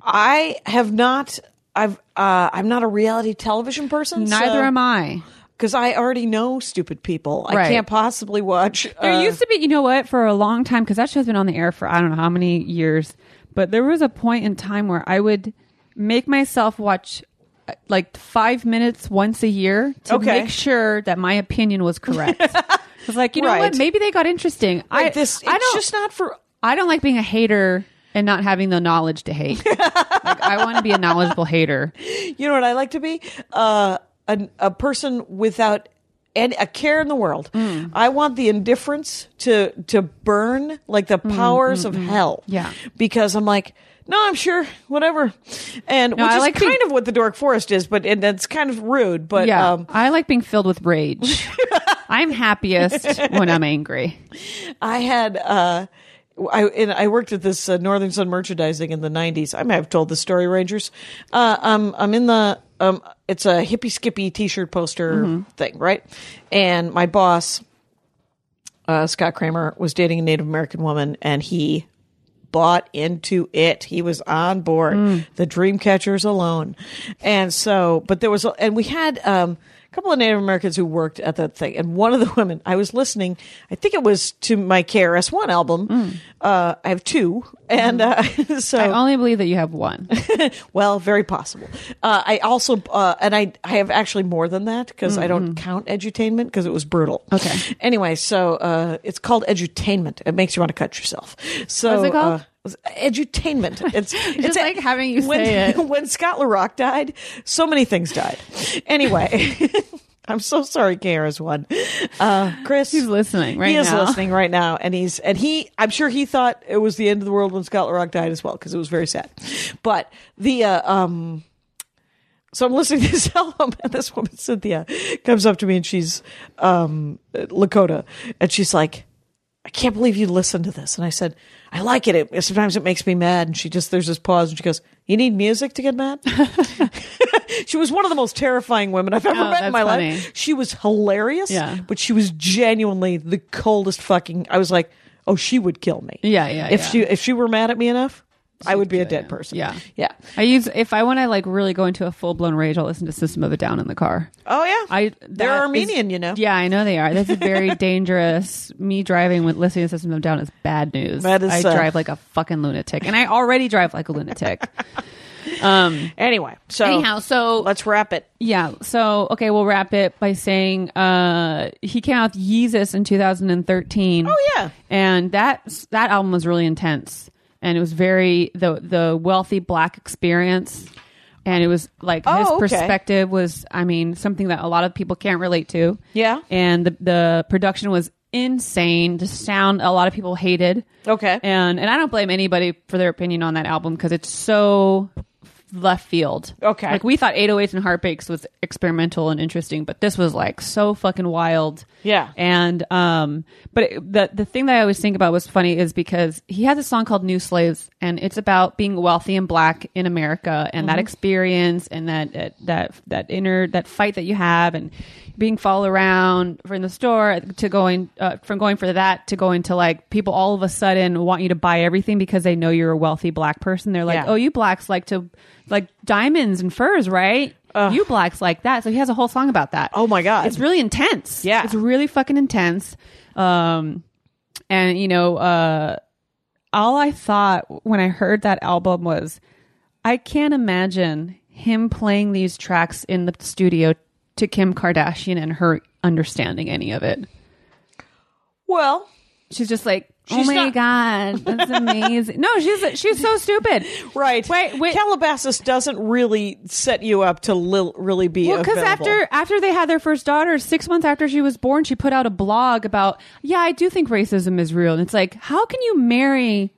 I have not. I've. Uh, I'm not a reality television person.
Neither am I.
because I already know stupid people. I
Right.
can't possibly
<laughs>
watch.
There
uh,
used to be, you know what, for a long time, because that show's been on the air for I don't know how many years, but there was a point in time where I would make myself watch uh, like five minutes once a year to
Okay.
make sure that my opinion
<laughs>
was correct. I was like, you know
Right.
what, maybe they got interesting. I,
like uh, this. It's
I don't,
just not for.
I don't like being a hater and not having the knowledge
<laughs>
to hate. like, I want to be a knowledgeable hater.
You know what I like to be? Uh, an, a person without any, a care in the world.
Mm.
I want the indifference to to burn like the powers of hell.
Mm, Yeah.
because I'm like. No, I'm sure. Whatever, and which
I
is
like
kind
being-
of what the Dork Forest is, but and that's kind of rude. But
Yeah.
um,
I like being filled with
<laughs>
rage. I'm happiest when I'm angry.
I had uh, I and I worked at this uh, Northern Sun Merchandising in the '90s. I may have told the story, Rangers. Uh, um, I'm in the um, it's a hippie skippy T-shirt poster thing, right? And my boss, uh, Scott Kramer, was dating a Native American woman, and he bought into it. He was on board. The dream catchers alone, and so, but there was, a- and we had um, a couple of Native Americans who worked at that thing, and one of the <laughs> women I was listening. I think it was to my KRS One album. Uh, I have two, and uh, <laughs> so
I only believe that you have one.
<laughs> well, very possible. Uh, I also uh, and I I have actually more than that because I don't count edutainment because it was brutal.
Mm-hmm. Okay.
Anyway, so uh, it's called edutainment. It makes you want to cut yourself. So
What's it called?
uh,
<laughs>
edutainment. It's just it's
like having you
when,
say
<laughs>
it.
When Scott LaRock died, so many things died. Anyway.
<laughs>
<laughs> I'm so sorry, KRS One. Uh, Chris,
He's listening right
he is
now.
listening right now, and he's and he. I'm sure he thought it was the end of the world when Scott LaRock died as well because it was very sad. But the uh, um, so I'm listening to <laughs> this album, and this woman Cynthia comes up to me, and she's um Lakota, and she's like. I can't believe you listened to this. And I said, I like it. it. Sometimes it makes me mad. And she just, there's this pause and she goes, You need music to get
<laughs>
mad? <laughs> she was one of the most terrifying women I've ever
Oh,
met in
that's
my
funny.
life. She was hilarious,
Yeah.
but she was genuinely the coldest fucking. I was like, Oh, she would kill me.
Yeah, yeah,
If
yeah.
she if she were mad at me enough, I would be a dead
you.
person.
Yeah.
Yeah.
I use if I want to like really go into a full blown rage, I'll listen to System of a Down in the car.
Oh, yeah.
I
They're
that is-
Armenian, you know.
Yeah, I know they are. That's
<laughs>
a very dangerous. Me driving with listening to System of a Down is bad news.
That is,
I
uh,
drive like a fucking lunatic, and I already drive like
<laughs>
a lunatic. um.
Anyway, so
Anyhow, so
let's wrap it.
Yeah. So okay, we'll wrap it by saying uh he came out with Yeezus in 2013.
Oh, yeah.
And that that album was really intense, and it was very the the wealthy black experience, and it was like his
Oh, okay.
perspective was I mean something that a lot of people can't relate to.
Yeah.
And the the production was insane. The sound a lot of people hated.
Okay.
And and I don't blame anybody for their opinion on that album because it's so left field.
Okay.
Like we thought 808s and Heartbreaks was experimental and interesting, but this was like so fucking wild.
Yeah.
And um but it, the the thing that I always think about was funny is because he has a song called New Slaves and it's about being wealthy and black in America and
Mm-hmm.
that experience and that, that that that inner that fight that you have and being followed around from the store to going uh, from going for that to going to like people all of a sudden want you to buy everything because they know you're a wealthy black person. They're like,
Yeah.
"Oh, you blacks like to like diamonds and furs, right?" You blacks like that. So he has a whole song about that.
Oh my God.
It's really intense.
Yeah.
It's really fucking intense. Um and you know, uh all I thought when I heard that album was I can't imagine him playing these tracks in the studio to Kim Kardashian and her understanding any of it.
Well,
She's just like, oh
She's
my
not-
god,
<laughs>
that's amazing. no, she's she's so stupid.
right.
Wait, wait.
Calabasas doesn't really set you up to li- really be
Well, because
available.
after after they had their first daughter, six months after she was born, she put out a blog about, yeah, I do think racism is real, and it's like, how can you marry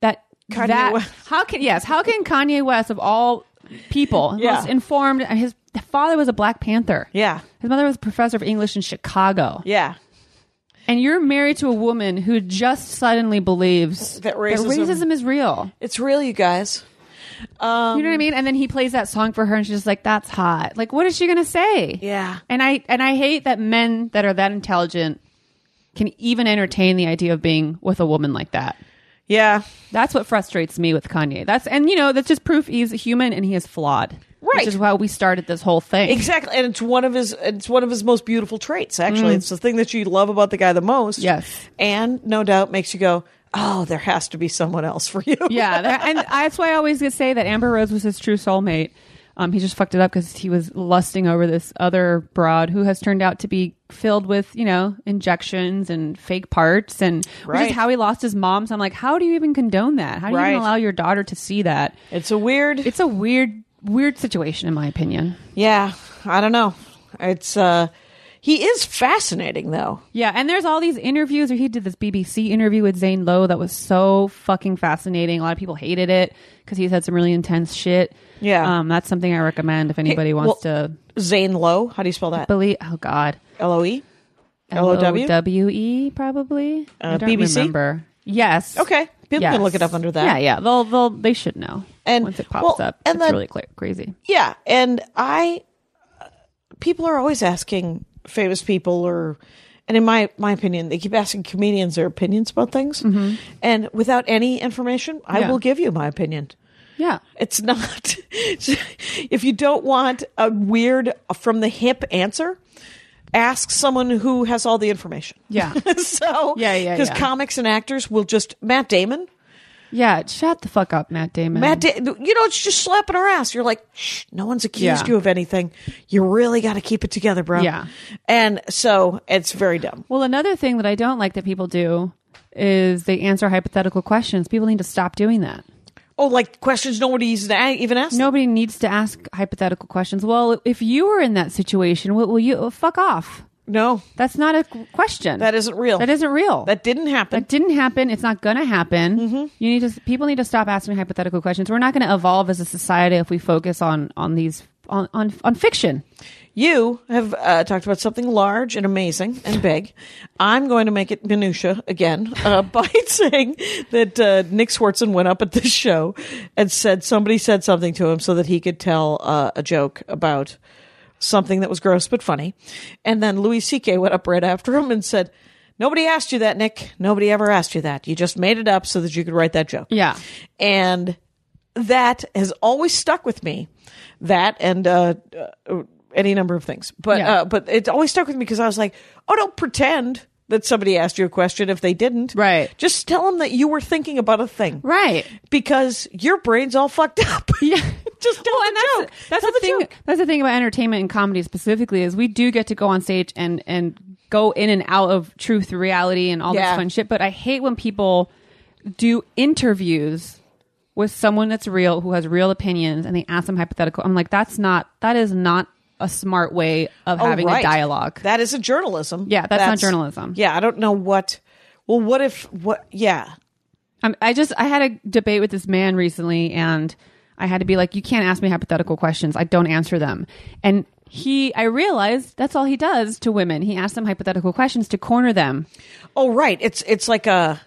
that?
Kanye
that
West.
<laughs> how can yes? How can Kanye West of all people,
Yeah.
most informed, and his father was a Black Panther.
yeah,
His mother was a professor of English in Chicago,
yeah,
and you're married to a woman who just suddenly believes
That racism-
racism is real.
it's real, you guys. Um,
you know what I mean? And then he plays that song for her, and she's just like, "That's hot." Like, what is she gonna say?
Yeah.
And I and I hate that men that are that intelligent can even entertain the idea of being with a woman like that.
Yeah,
That's what frustrates me with Kanye. That's and you know that's just proof he's a human and he is flawed.
Right.
Which is why we started this whole thing.
exactly. And it's one of his. It's one of his most beautiful traits. Actually, it's the thing that you love about the guy the most.
Yes.
and no doubt makes you go, "Oh, there has to be someone else for you."
yeah, there- and I- that's why I always get say that Amber Rose was his true soulmate. Um, he just fucked it up because he was lusting over this other broad who has turned out to be filled with you know injections and fake parts, and which
Right.
is how he lost his mom. So I'm like, how do you even condone that? How do you
Right.
even allow your daughter to see that?
It's a weird.
It's a weird, weird situation, in my opinion.
yeah, I don't know. It's uh, he is fascinating though.
Yeah, and there's all these interviews where he did this BBC interview with Zane Lowe that was so fucking fascinating. A lot of people hated it because he said some really intense shit.
Yeah.
um, that's something I recommend if anybody wants
well-
to
Zane Lowe. How do you spell that?
believe. Oh God,
L O E. L O W?
W E probably. I
Uh,
don't
BBC?
remember. Yes.
Okay, people
Yes.
can look it up under that.
Yeah, yeah. They'll they'll they should know.
And-
once it pops
well,
up,
and
it's
the-
really clear, crazy.
Yeah, and I people are always asking famous people or and in my my opinion, they keep asking comedians their opinions about things. And without any information, I
Mm-hmm. Yeah.
will give you my opinion.
Yeah.
It's not <laughs> if you don't want a weird from the hip answer, ask someone who has all the information.
Yeah.
<laughs> so
Yeah, yeah,
because
yeah.
comics and actors will just Matt Damon
Yeah. Shut the fuck up, Matt Damon.
Matt, Da- you know, it's just slapping her ass. You're like, Shh, no one's accused
Yeah.
you of anything. You really got to keep it together, bro.
Yeah.
And so it's very dumb.
Well, another thing that I don't like that people do is they answer hypothetical questions. People need to stop doing that.
Oh, like questions nobody's a- even asked.
Nobody needs to ask hypothetical questions. Well, if you were in that situation, what will you oh, fuck off?
No,
That's not a qu- question.
that isn't real.
That isn't real.
That Mm-hmm. didn't happen.
That didn't happen. It's not going to happen. You need to. People need to stop asking hypothetical questions. We're not going to evolve as a society if we focus on on these on on, on fiction.
you have uh, talked about something large and amazing and big. I'm going to make it minutia again uh, <laughs> by saying that uh, Nick Swartzen went up at this show and said somebody said something to him so that he could tell uh, a joke about something that was gross but funny. And then Louis C.K. went up right after him and said, Nobody asked you that, Nick. Nobody ever asked you that. You just made it up so that you could write that joke.
Yeah.
And that has always stuck with me. That and uh, uh, any number of things. But
Yeah.
uh, but it always stuck with me because I was like, oh, don't pretend that somebody asked you a question if they didn't.
Right.
Just tell them that you were thinking about a thing.
Right.
Because your brain's all fucked up.
<laughs> Yeah.
<laughs> Just tell
Well,
the
and that's
joke.
that's
Tell
the, thing.
joke.
That's the thing about entertainment and comedy specifically is we do get to go on stage and and go in and out of truth, reality, and all
Yeah.
this fun shit. But I hate when people do interviews with someone that's real who has real opinions and they ask them hypothetical. I'm like, that's not that is not a smart way of
Oh,
having
right.
a dialogue.
That isn't journalism.
Yeah, that's not journalism.
Yeah, I don't know what. Well, what if what? Yeah,
Um, I just I had a debate with this man recently, and I had to be like, "You can't ask me hypothetical questions. I don't answer them." And he, I realized that's all he does to women. He asks them hypothetical questions to corner them.
Oh, right. It's it's like a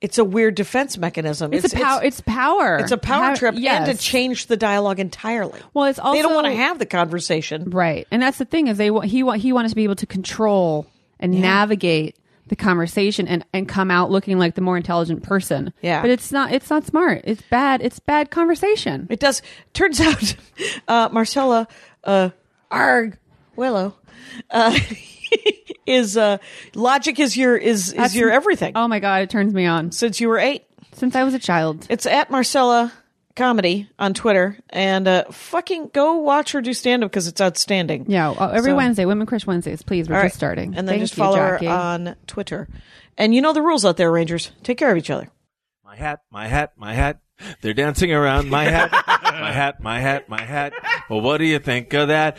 it's a weird defense mechanism.
It's, a power. It's, power.
It's a power
How-
trip
yes.
and to change the dialogue entirely.
Well, it's
they don't
also-
want to have the conversation.
Right, and that's the thing is they wa- he wa- he wanted to be able to control and navigate the conversation and and come out looking like the more intelligent person.
Yeah.
but it's not. It's not smart. It's bad. It's bad conversation.
It does. Turns <laughs> out, uh, Marcella uh, Arg Willow uh, <laughs> is uh, logic is your is is your everything
Oh my god, it turns me on.
since you were eight.
Since I was a child.
It's at Marcella comedy on Twitter and uh, fucking go watch her do stand up because it's outstanding.
Yeah, well, every
So-
Wednesday, Women Crush Wednesdays. Please, we're
All
just
right.
starting.
And then
Thank
just
you,
follow her
Jackie.
on Twitter. And you know the rules out there, Rangers. Take care of each other.
My hat, my hat, my hat. They're dancing around my hat, my hat, my hat, my hat. Well, what do you think of that?